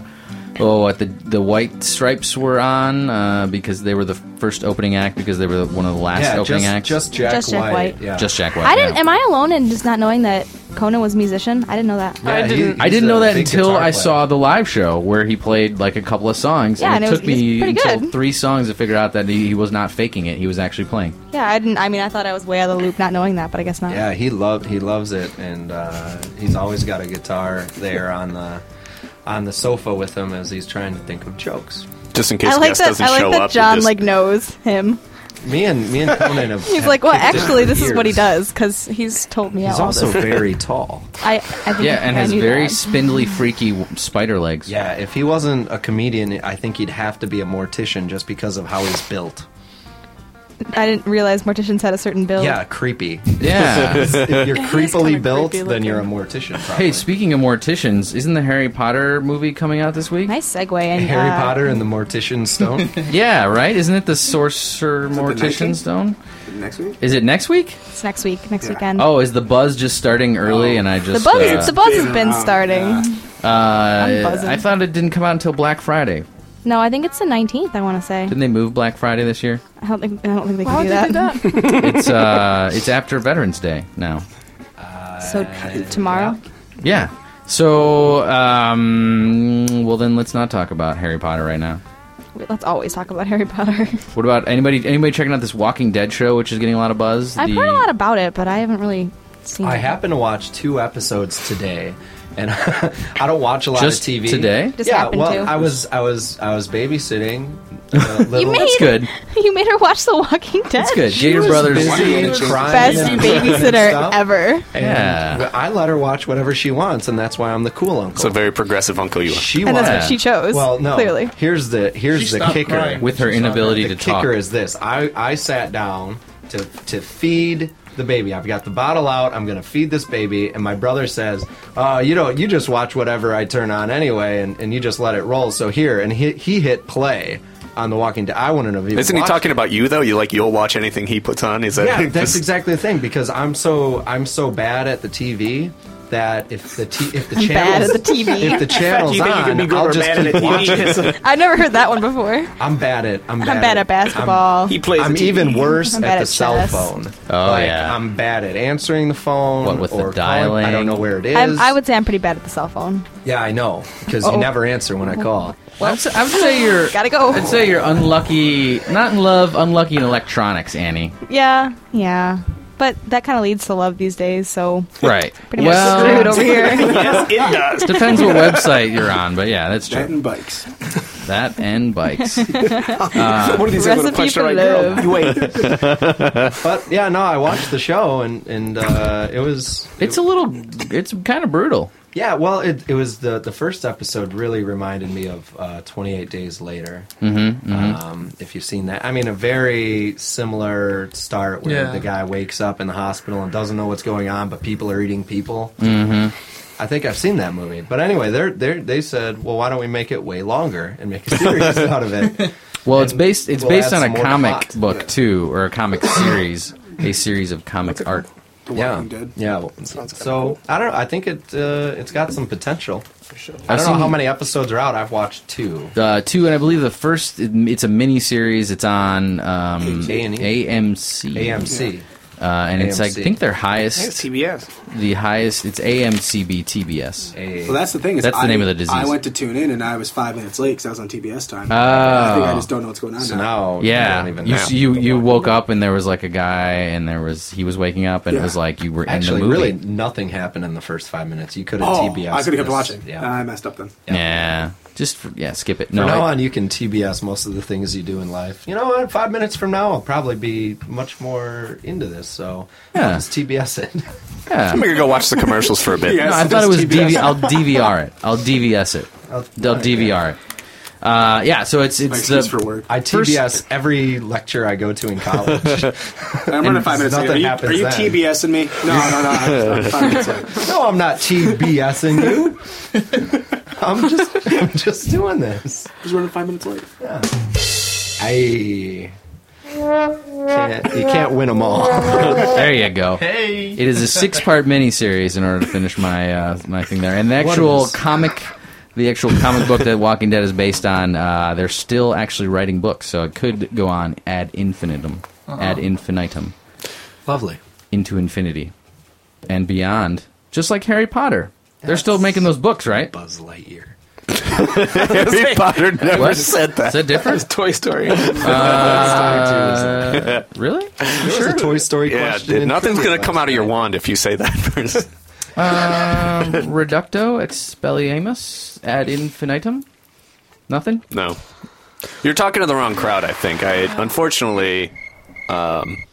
S3: oh, what the the white stripes were on uh, because they were the first opening act because they were one of the last
S5: Yeah,
S3: opening
S5: just-
S3: acts.
S5: just Jack
S8: Just Jack White. White.
S5: yeah.
S3: Just Jack White.
S8: I didn't.
S3: yeah.
S8: Am I alone in just not knowing that Conan was a musician? I didn't know that.
S3: I didn't. I didn't know that until I saw the live show where he played like a couple of songs.
S8: Yeah, and
S3: and it
S8: it
S3: took
S8: was- it was
S3: me
S8: pretty
S3: until
S8: good.
S3: three songs to figure out that he, he was not faking it; he was actually playing.
S8: Yeah, I didn't. I mean, I thought I was way out of the loop not knowing that, but I guess not.
S5: Yeah, he loved he loves it, and uh, he's always got a guitar there on the on the sofa with him as he's trying to think of jokes.
S7: Just in
S8: I like that. I like that John like knows him.
S5: me and me and Conan have.
S8: He's
S5: have
S8: like, well,
S5: kicked it
S8: actually,
S5: for
S8: this is what he
S5: years.
S8: does because he's told me.
S5: He's
S8: out all
S5: also
S8: this.
S5: very tall.
S8: I, I think
S3: Yeah, and
S8: I
S3: has
S8: knew
S3: very
S8: that.
S3: spindly, freaky w- spider legs.
S5: Yeah, if he wasn't a comedian, I think he'd have to be a mortician just because of how he's built.
S8: I didn't realize morticians had a certain build.
S5: Yeah, creepy.
S3: Yeah.
S5: if you're
S8: It is
S5: creepily
S8: kinda
S5: built,
S8: creepy
S5: then you're a mortician. Probably.
S3: Hey, speaking of morticians, isn't the Harry Potter movie coming out this week?
S8: Nice segue. And,
S5: Harry
S8: uh,
S5: Potter and the Mortician Stone.
S3: yeah, right? Isn't it the Sorcerer
S8: the
S3: Mortician
S8: 19th?
S3: Stone?
S9: Next week?
S3: Is it next week?
S8: It's next week, next weekend.
S3: Oh, is the buzz just starting
S5: Oh.
S3: early and I
S8: the
S3: just.
S8: buzz, the buzz has been starting.
S3: Uh, uh,
S8: buzzing.
S3: I thought it didn't come out until Black Friday.
S8: No, I think it's the 19th. I want to say.
S3: Didn't they move Black Friday this year?
S8: I don't think. I don't think they
S4: Why
S8: can do
S4: would they
S8: that.
S4: do
S3: It's uh, it's after Veterans Day now.
S8: so
S3: Uh,
S8: t- tomorrow.
S3: Yeah. So, um, well then, let's not talk about Harry Potter right now.
S8: Wait, Let's always talk about Harry Potter.
S3: What about anybody? Anybody checking out this Walking Dead show, which is getting a lot of buzz?
S8: I've
S3: The-
S8: heard a lot about it, but I haven't really seen.
S5: I
S8: it.
S5: happened to watch two episodes today, and I don't watch a lot
S3: Just
S5: of TV
S3: today?
S8: Just
S5: yeah,
S8: happened
S5: well,
S8: to.
S5: I was I was I was babysitting. uh, little-
S8: made That's good. You made her watch The Walking Dead.
S5: That's good. She Gator was Brothers- busy and crying
S8: Best
S5: and-
S8: babysitter
S5: Stop.
S8: ever.
S5: And I let her watch whatever she wants, and that's why I'm the cool uncle.
S7: It's a very progressive uncle you are.
S5: She
S8: And that's
S5: wants-
S8: what she chose,
S5: Well, no.
S8: clearly.
S5: Here's the here's
S8: She
S5: the
S8: stopped
S5: kicker
S8: crying.
S3: With her
S5: She stopped
S3: inability
S5: crying.
S3: to
S5: the
S3: talk.
S5: kicker is this: I I sat down to to feed the baby. I've got the bottle out. I'm gonna feed this baby, and my brother says, "Oh, you don't. You just watch whatever I turn on anyway, and, and you just let it roll." So here, and he he hit play on The Walking Dead. I wouldn't have even.
S7: Isn't he
S5: watched
S7: talking about you though? You like you'll watch anything he puts on? Is that
S5: yeah, that's exactly the thing because I'm so I'm so bad at the TV that if the t- if the
S8: I'm bad
S5: channel
S8: at the TV.
S5: if the channel's
S8: You think you can
S5: on,
S8: be good
S5: I'll
S8: or
S5: just
S8: bad
S5: keep
S8: at a
S5: watching.
S8: TV?
S5: it.
S8: I've never heard that one before.
S5: I'm bad at I'm
S8: I'm
S5: bad,
S8: bad
S5: at,
S8: at basketball.
S5: I'm,
S8: He plays
S5: I'm
S8: the TV.
S5: even worse
S8: I'm
S5: at,
S8: bad
S5: the
S8: at
S5: cell
S8: chess.
S5: phone.
S3: Oh,
S5: Like,
S3: yeah.
S5: I'm bad at answering the phone.
S3: What with the
S5: or calling- I
S3: dialing?
S5: don't know where it is.
S8: I'm, Oh. I would say I'm pretty bad at the cell phone.
S5: yeah, I know because
S8: Uh-oh.
S5: you never answer when I call.
S3: Well, I'd say- I would say you're.
S8: Gotta go.
S3: I'd say you're unlucky, not in love, unlucky in electronics, Annie.
S8: Yeah, yeah. But that kind of leads to love these days, so
S3: Right.
S8: Pretty much screwed over here. Yes,
S7: it does.
S3: Depends what website you're on, but yeah, that's true.
S9: That and bikes.
S3: That and bikes.
S9: Uh, One of these
S8: Recipe for love.
S5: but yeah, no, I watched the show and and uh, it was.
S3: It's a little. It's kind of brutal.
S5: Yeah, well, it, it was the the first episode really reminded me of uh, Twenty Eight Days Later.
S3: Mhm, mhm.
S5: Um, if you've seen that, I mean, a very similar start where
S6: Yeah.
S5: the guy wakes up in the hospital and doesn't know what's going on, but people are eating people.
S3: Mm-hmm.
S5: I think I've seen that movie. But anyway, they they they said, well, why don't we make it way longer and make a series out of it?
S3: Well, it's based. It's
S5: we'll
S3: based on
S5: add some
S3: a
S5: more
S3: comic
S5: plot.
S3: book too, or a comic series, a series of comic art.
S5: yeah, yeah. well, so I don't know. I think it uh, it's got some potential. I
S3: I've
S5: don't know how
S3: seen-
S5: many episodes are out. I've watched two.
S3: Uh, two, and I believe the first. It's a mini series. It's on um,
S5: A&E.
S3: AMC.
S5: AMC.
S3: Uh, and it's like I
S9: AMC.
S3: think their
S10: Yeah,
S3: highest,
S10: CBS.
S3: the highest. It's AMCB TBS.
S9: Well, that's the thing. Is
S3: That's the
S9: I-
S3: name of the disease.
S9: I went to tune in and I was five minutes late because I was on TBS time.
S3: Oh.
S9: I think I just don't know what's going on
S5: So
S9: now.
S5: now,
S3: yeah,
S5: I don't even
S3: you
S5: know.
S3: you you woke up and there was like a guy and there was he was waking up and it
S9: Yeah.
S3: was like you were
S5: Actually,
S3: in the movie.
S5: really, nothing happened in the first five minutes. You could have
S9: Oh,
S5: TBS.
S9: I could have kept
S5: this.
S9: watching.
S5: Yeah.
S9: I messed up then.
S3: yeah. just for, yeah, skip it.
S5: From
S3: No,
S5: now
S3: I-
S5: on, you can TBS most of the things you do in life. You know what? Five minutes from now, I'll probably be much more into this. So
S3: Yeah.
S5: I'll just TBS it.
S3: yeah.
S7: I'm gonna go watch the commercials for a bit.
S3: No, I thought it was DV- I'll DVR it. I'll DVS it.
S5: I'll-
S3: I'll DVR it. Uh, yeah, so it's it's the
S5: I
S3: first-
S5: TBS every lecture I go to in college.
S9: I'm running five minutes late. Are
S5: Nothing
S9: you,
S5: happens
S9: are you
S5: then.
S9: TBSing me? No, no, no. I'm five minutes late.
S5: no, I'm not TBSing you. I'm just, I'm just doing this.
S9: Just running five minutes late.
S5: Yeah. I can't, you can't win them all.
S3: there you go.
S6: Hey.
S3: It is a six-part miniseries in order to finish my uh, my thing there. And the actual
S6: is-
S3: comic, the actual comic book that Walking Dead is based on, uh, they're still actually writing books, so it could go on ad infinitum, ad infinitum,
S5: Lovely.
S3: into infinity, and beyond. Just like Harry Potter, they're still making those books, right?
S5: Buzz Lightyear.
S7: Harry Potter never
S3: What?
S7: said that.
S3: Is that different?
S10: It's Toy Story.
S3: Uh, really?
S5: Sure. a Toy Story
S7: Yeah,
S5: question.
S7: dude,
S5: in
S7: nothing's
S5: trivia
S7: gonna come
S5: last
S7: out of your
S5: night.
S7: wand if you say that first.
S3: Um, reducto expelliarmus ad infinitum. Nothing.
S7: No, you're talking to the wrong crowd. I think. I unfortunately, um,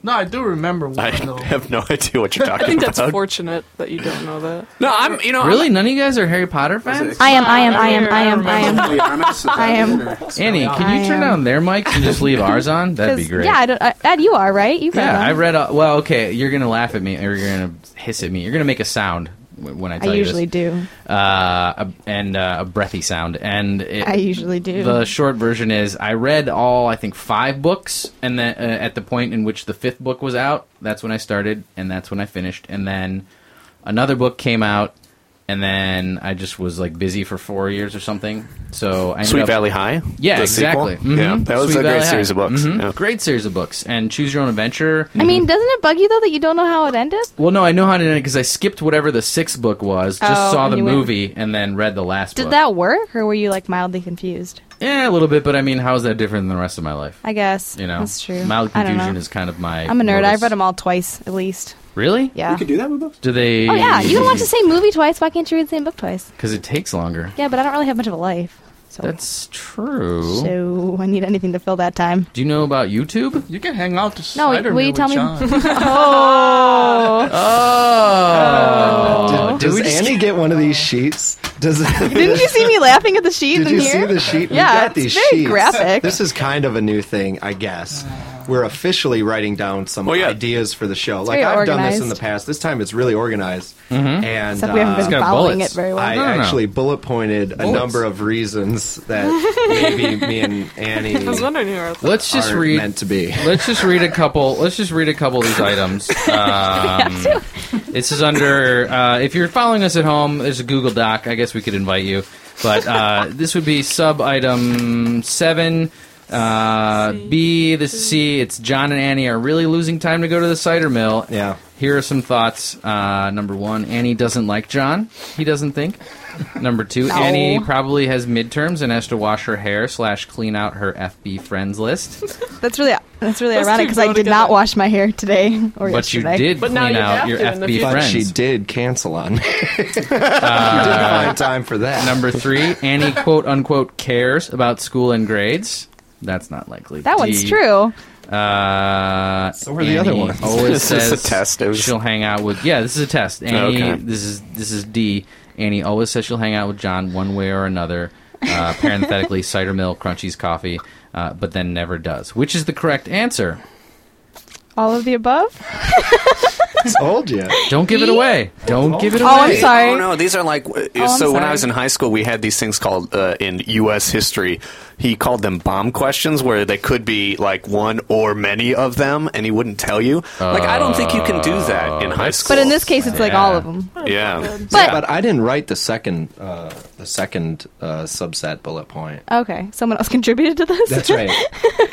S6: No, I do remember one
S7: I
S6: though.
S7: have no idea what you're
S4: I
S7: talking
S4: think
S7: about.
S4: that's fortunate that you don't know that.
S7: No, I'm. You know,
S3: really, none of you guys are Harry Potter fans.
S8: I am, I am, I am, I am, I am. I am.
S3: Annie, can
S8: I
S3: you turn
S8: am.
S3: down their mics and just leave ours on? That'd be
S8: 'Cause-
S3: great.
S8: Yeah, I don't, I, Ed, you are right. You
S3: Yeah, I
S8: yeah,
S3: read. A, well, okay, you're gonna laugh at me, or you're gonna hiss at me. You're gonna make a sound w- when I
S8: I,
S3: tell you.
S8: usually
S3: this.
S8: do.
S3: Uh, a- and uh, a breathy sound, and it,
S8: I usually do.
S3: The short version is: I read all, I think, five books, and then uh, at the point in which the fifth book was out, that's when I started, and that's when I finished, and then another book came out, and then I just was like busy for four years or something. So I ended
S7: Sweet
S3: up-
S7: Valley High?
S3: Yeah,
S7: The
S3: exactly.
S7: sequel? Yeah,
S3: Mhm.
S7: that was
S3: Sweet
S7: a great
S3: Valley High.
S7: series of books.
S3: Mhm.
S7: Yeah.
S3: Great series of books, and Choose Your Own Adventure.
S8: I mean, doesn't it bug you though that you don't know how it ended?
S3: Well, no, I know how to end it because I skipped whatever the sixth book was, just
S8: Oh,
S3: saw
S8: and
S3: the
S8: you went-
S3: movie, and then read the last
S8: Did
S3: book.
S8: that work, or were you like mildly confused?
S3: Yeah, a little bit, but I mean, how is that different than the rest of my life?
S8: I guess
S3: You know,
S8: that's true.
S3: Mild
S8: I don't
S3: confusion
S8: know.
S3: is kind of my.
S8: I'm a nerd. I've
S3: modus.
S8: read them all twice at least.
S3: Really?
S8: Yeah. You could
S9: do that with books.
S3: Do they?
S8: Oh yeah, you can watch the same movie twice. Why can't you read the same book twice?
S3: because it takes longer.
S8: Yeah, but I don't really have much of a life, so
S3: That's true.
S8: so I need anything to fill that time.
S3: Do you know about YouTube?
S6: You can hang out to
S8: No,
S6: Spider-Man
S8: will you tell
S6: with
S8: me?
S6: John.
S8: oh,
S3: Oh.
S8: Did
S5: Does
S8: we just-
S5: Annie get one of these sheets? Does
S8: didn't you see me laughing at the sheet
S5: Did
S8: in
S5: you
S8: here?
S5: see the sheet?
S8: Yeah,
S5: we got
S8: it's
S5: these
S8: very
S5: sheets.
S8: graphic.
S5: This is kind of a new thing, I guess. We're officially writing down some ideas for the show. like
S8: very
S5: I've done this in
S8: organized.
S5: the past. This time it's really organized, and
S8: Except we haven't
S5: uh,
S8: been It's got following bullets. it very well.
S5: I
S8: No, no, no.
S5: actually bullet pointed a
S3: Bullets.
S5: number of reasons that maybe me and Annie.
S4: I was wondering who were.
S3: Let's just
S5: are
S3: read.
S5: meant to be.
S3: Let's just read a couple. Let's just read a couple of these items. Um, this is under. Uh, if you're following us at home, there's a Google Doc. I guess we could invite you, but uh, this would be sub item seven. Uh, B, this is C. It's John and Annie are really losing time to go to the cider mill.
S5: Yeah.
S3: Here are some thoughts. Uh, number one, Annie doesn't like John. He doesn't think. Number two,
S15: No.
S3: Annie probably has midterms and has to wash her hair slash clean out her FB friends list.
S8: That's really that's really
S4: Those
S8: ironic
S4: two
S8: because I
S4: go
S8: did not wash my hair today or
S3: But you
S8: yesterday.
S3: did But now clean you out have your to in the FB future.
S5: but she
S3: friends.
S5: did cancel on me.
S3: Uh,
S5: didn't find time for that.
S3: Number three, Annie quote unquote cares about school and grades. That's not likely.
S8: That one's
S3: D,
S8: true.
S3: Uh, so
S5: were the other ones.
S3: Always
S7: This is
S3: says
S7: a test. It was-
S3: she'll hang out with. Yeah, this is a test. Annie,
S7: Okay.
S3: this is this is D. Annie always says she'll hang out with John one way or another. Uh, parenthetically, cider milk, crunchies, coffee, uh, but then never does. Which is the correct answer?
S8: All of the above.
S5: Told you.
S3: Don't give it away. Don't give it
S8: Oh, I'm
S3: away.
S8: sorry.
S7: Oh no, these are like.
S8: Oh, I'm
S7: so when
S8: sorry.
S7: I was in high school, we had these things called uh, in U.S. history. He called them bomb questions, where they could be like one or many of them, and he wouldn't tell you. Like I don't think you can
S8: Uh,
S7: do that in high school.
S8: But in this case, it's like all of them.
S7: yeah.
S8: But-
S5: But, I didn't write the second uh, the second uh, subset bullet point.
S8: Okay, someone else contributed to this.
S5: That's right.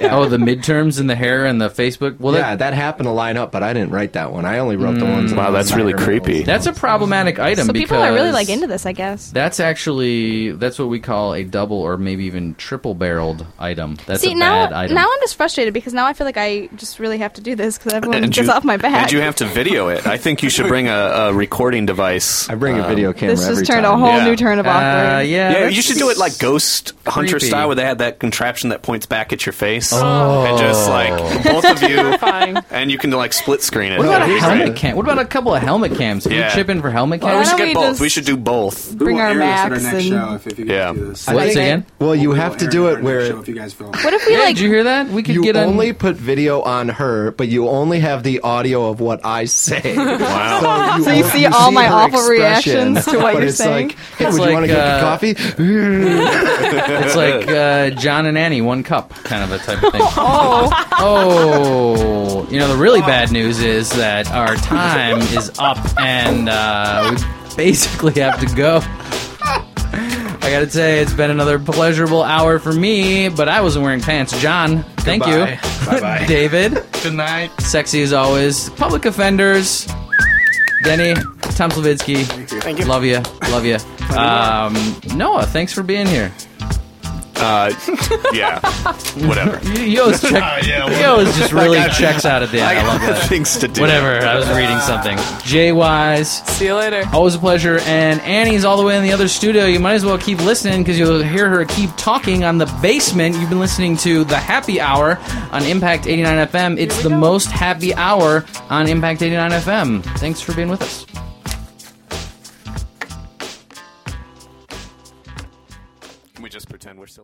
S3: Oh, the midterms and the hair and the Facebook. Well,
S5: yeah, that happened to line up, but I didn't write that one. I only wrote the ones.
S7: Wow, that's really creepy.
S3: That's a problematic item
S8: so
S3: because
S8: people are really like into this, I guess.
S3: That's actually that's what we call a double or maybe even triple barreled item. That's
S8: See
S3: a
S8: now,
S3: bad item.
S8: now I'm just frustrated because now I feel like I just really have to do this because everyone
S7: And
S8: gets
S7: you-
S8: off my back.
S7: And you have to video it. I think you should bring a, a recording device. I
S5: bring a video
S8: this just turned a whole new turn of
S9: Uh,
S8: awkward.
S7: Yeah, you should do it like Ghost Hunter
S3: creepy.
S7: style, where they had that contraption that points back at your face,
S3: Oh.
S7: and just like both of you,
S4: Terrifying.
S7: and you can like split screen it.
S3: what about
S7: That'd
S3: a
S7: be
S3: helmet
S7: great.
S3: cam? What about a couple of helmet cams? Can
S7: Yeah.
S3: we chip in for helmet
S7: Well, we
S3: cams?
S7: should
S8: don't
S7: get
S8: we
S7: both.
S8: just
S7: We should do both.
S8: bring
S9: will
S8: our
S9: air this at our
S8: Max
S9: next
S8: and-
S9: show if, if you guys
S7: Yeah.
S9: do this.
S5: I
S3: Once
S5: think-
S3: again?
S5: Well, you
S9: We'll
S5: have to
S9: air
S5: do
S9: at
S5: it
S9: our
S5: where
S9: next show if you guys film.
S8: What if we
S3: yeah,
S8: like?
S3: did you hear that? We could
S5: you
S3: get
S5: only
S3: on.
S5: put video on her, but you only have the audio of what I say.
S7: Wow.
S8: So you
S5: only-
S8: see all my
S5: her
S8: awful
S5: expression,
S8: reactions to what
S5: but
S8: you're
S5: it's
S8: saying.
S5: Like, hey,
S3: It's
S5: would you want to
S3: like,
S5: get
S3: uh,
S5: the coffee?
S3: It's like uh, John and Annie, one cup, kind of a type of thing.
S8: oh,
S3: Oh, you know the really bad news is that our time is up, and uh, we basically have to go. I gotta say, it's been another pleasurable hour for me, but I wasn't wearing pants. John, thank you.
S5: Bye-bye.
S3: David,
S6: Good night.
S3: sexy as always. Public offenders, Denny, Tom Slavinsky.
S10: Thank you.
S3: Love you, love you. Um, Noah, thanks for being here.
S7: Uh, yeah, whatever.
S3: He always, check,
S7: Ah, yeah,
S3: he always just really
S7: I got- Uh,
S3: checks out at the end.
S7: I
S3: I, love
S7: got
S3: that.
S7: things to do.
S3: Whatever. I was reading something. Jay Wise. See
S4: you later.
S3: Always a pleasure. And Annie's all the way in the other studio. You might as well keep listening because you'll hear her keep talking on the basement. You've been listening to the Happy Hour on Impact 89 FM. It's the most happy hour on Impact 89 FM. Thanks for being with us.
S7: Can we just pretend we're still on?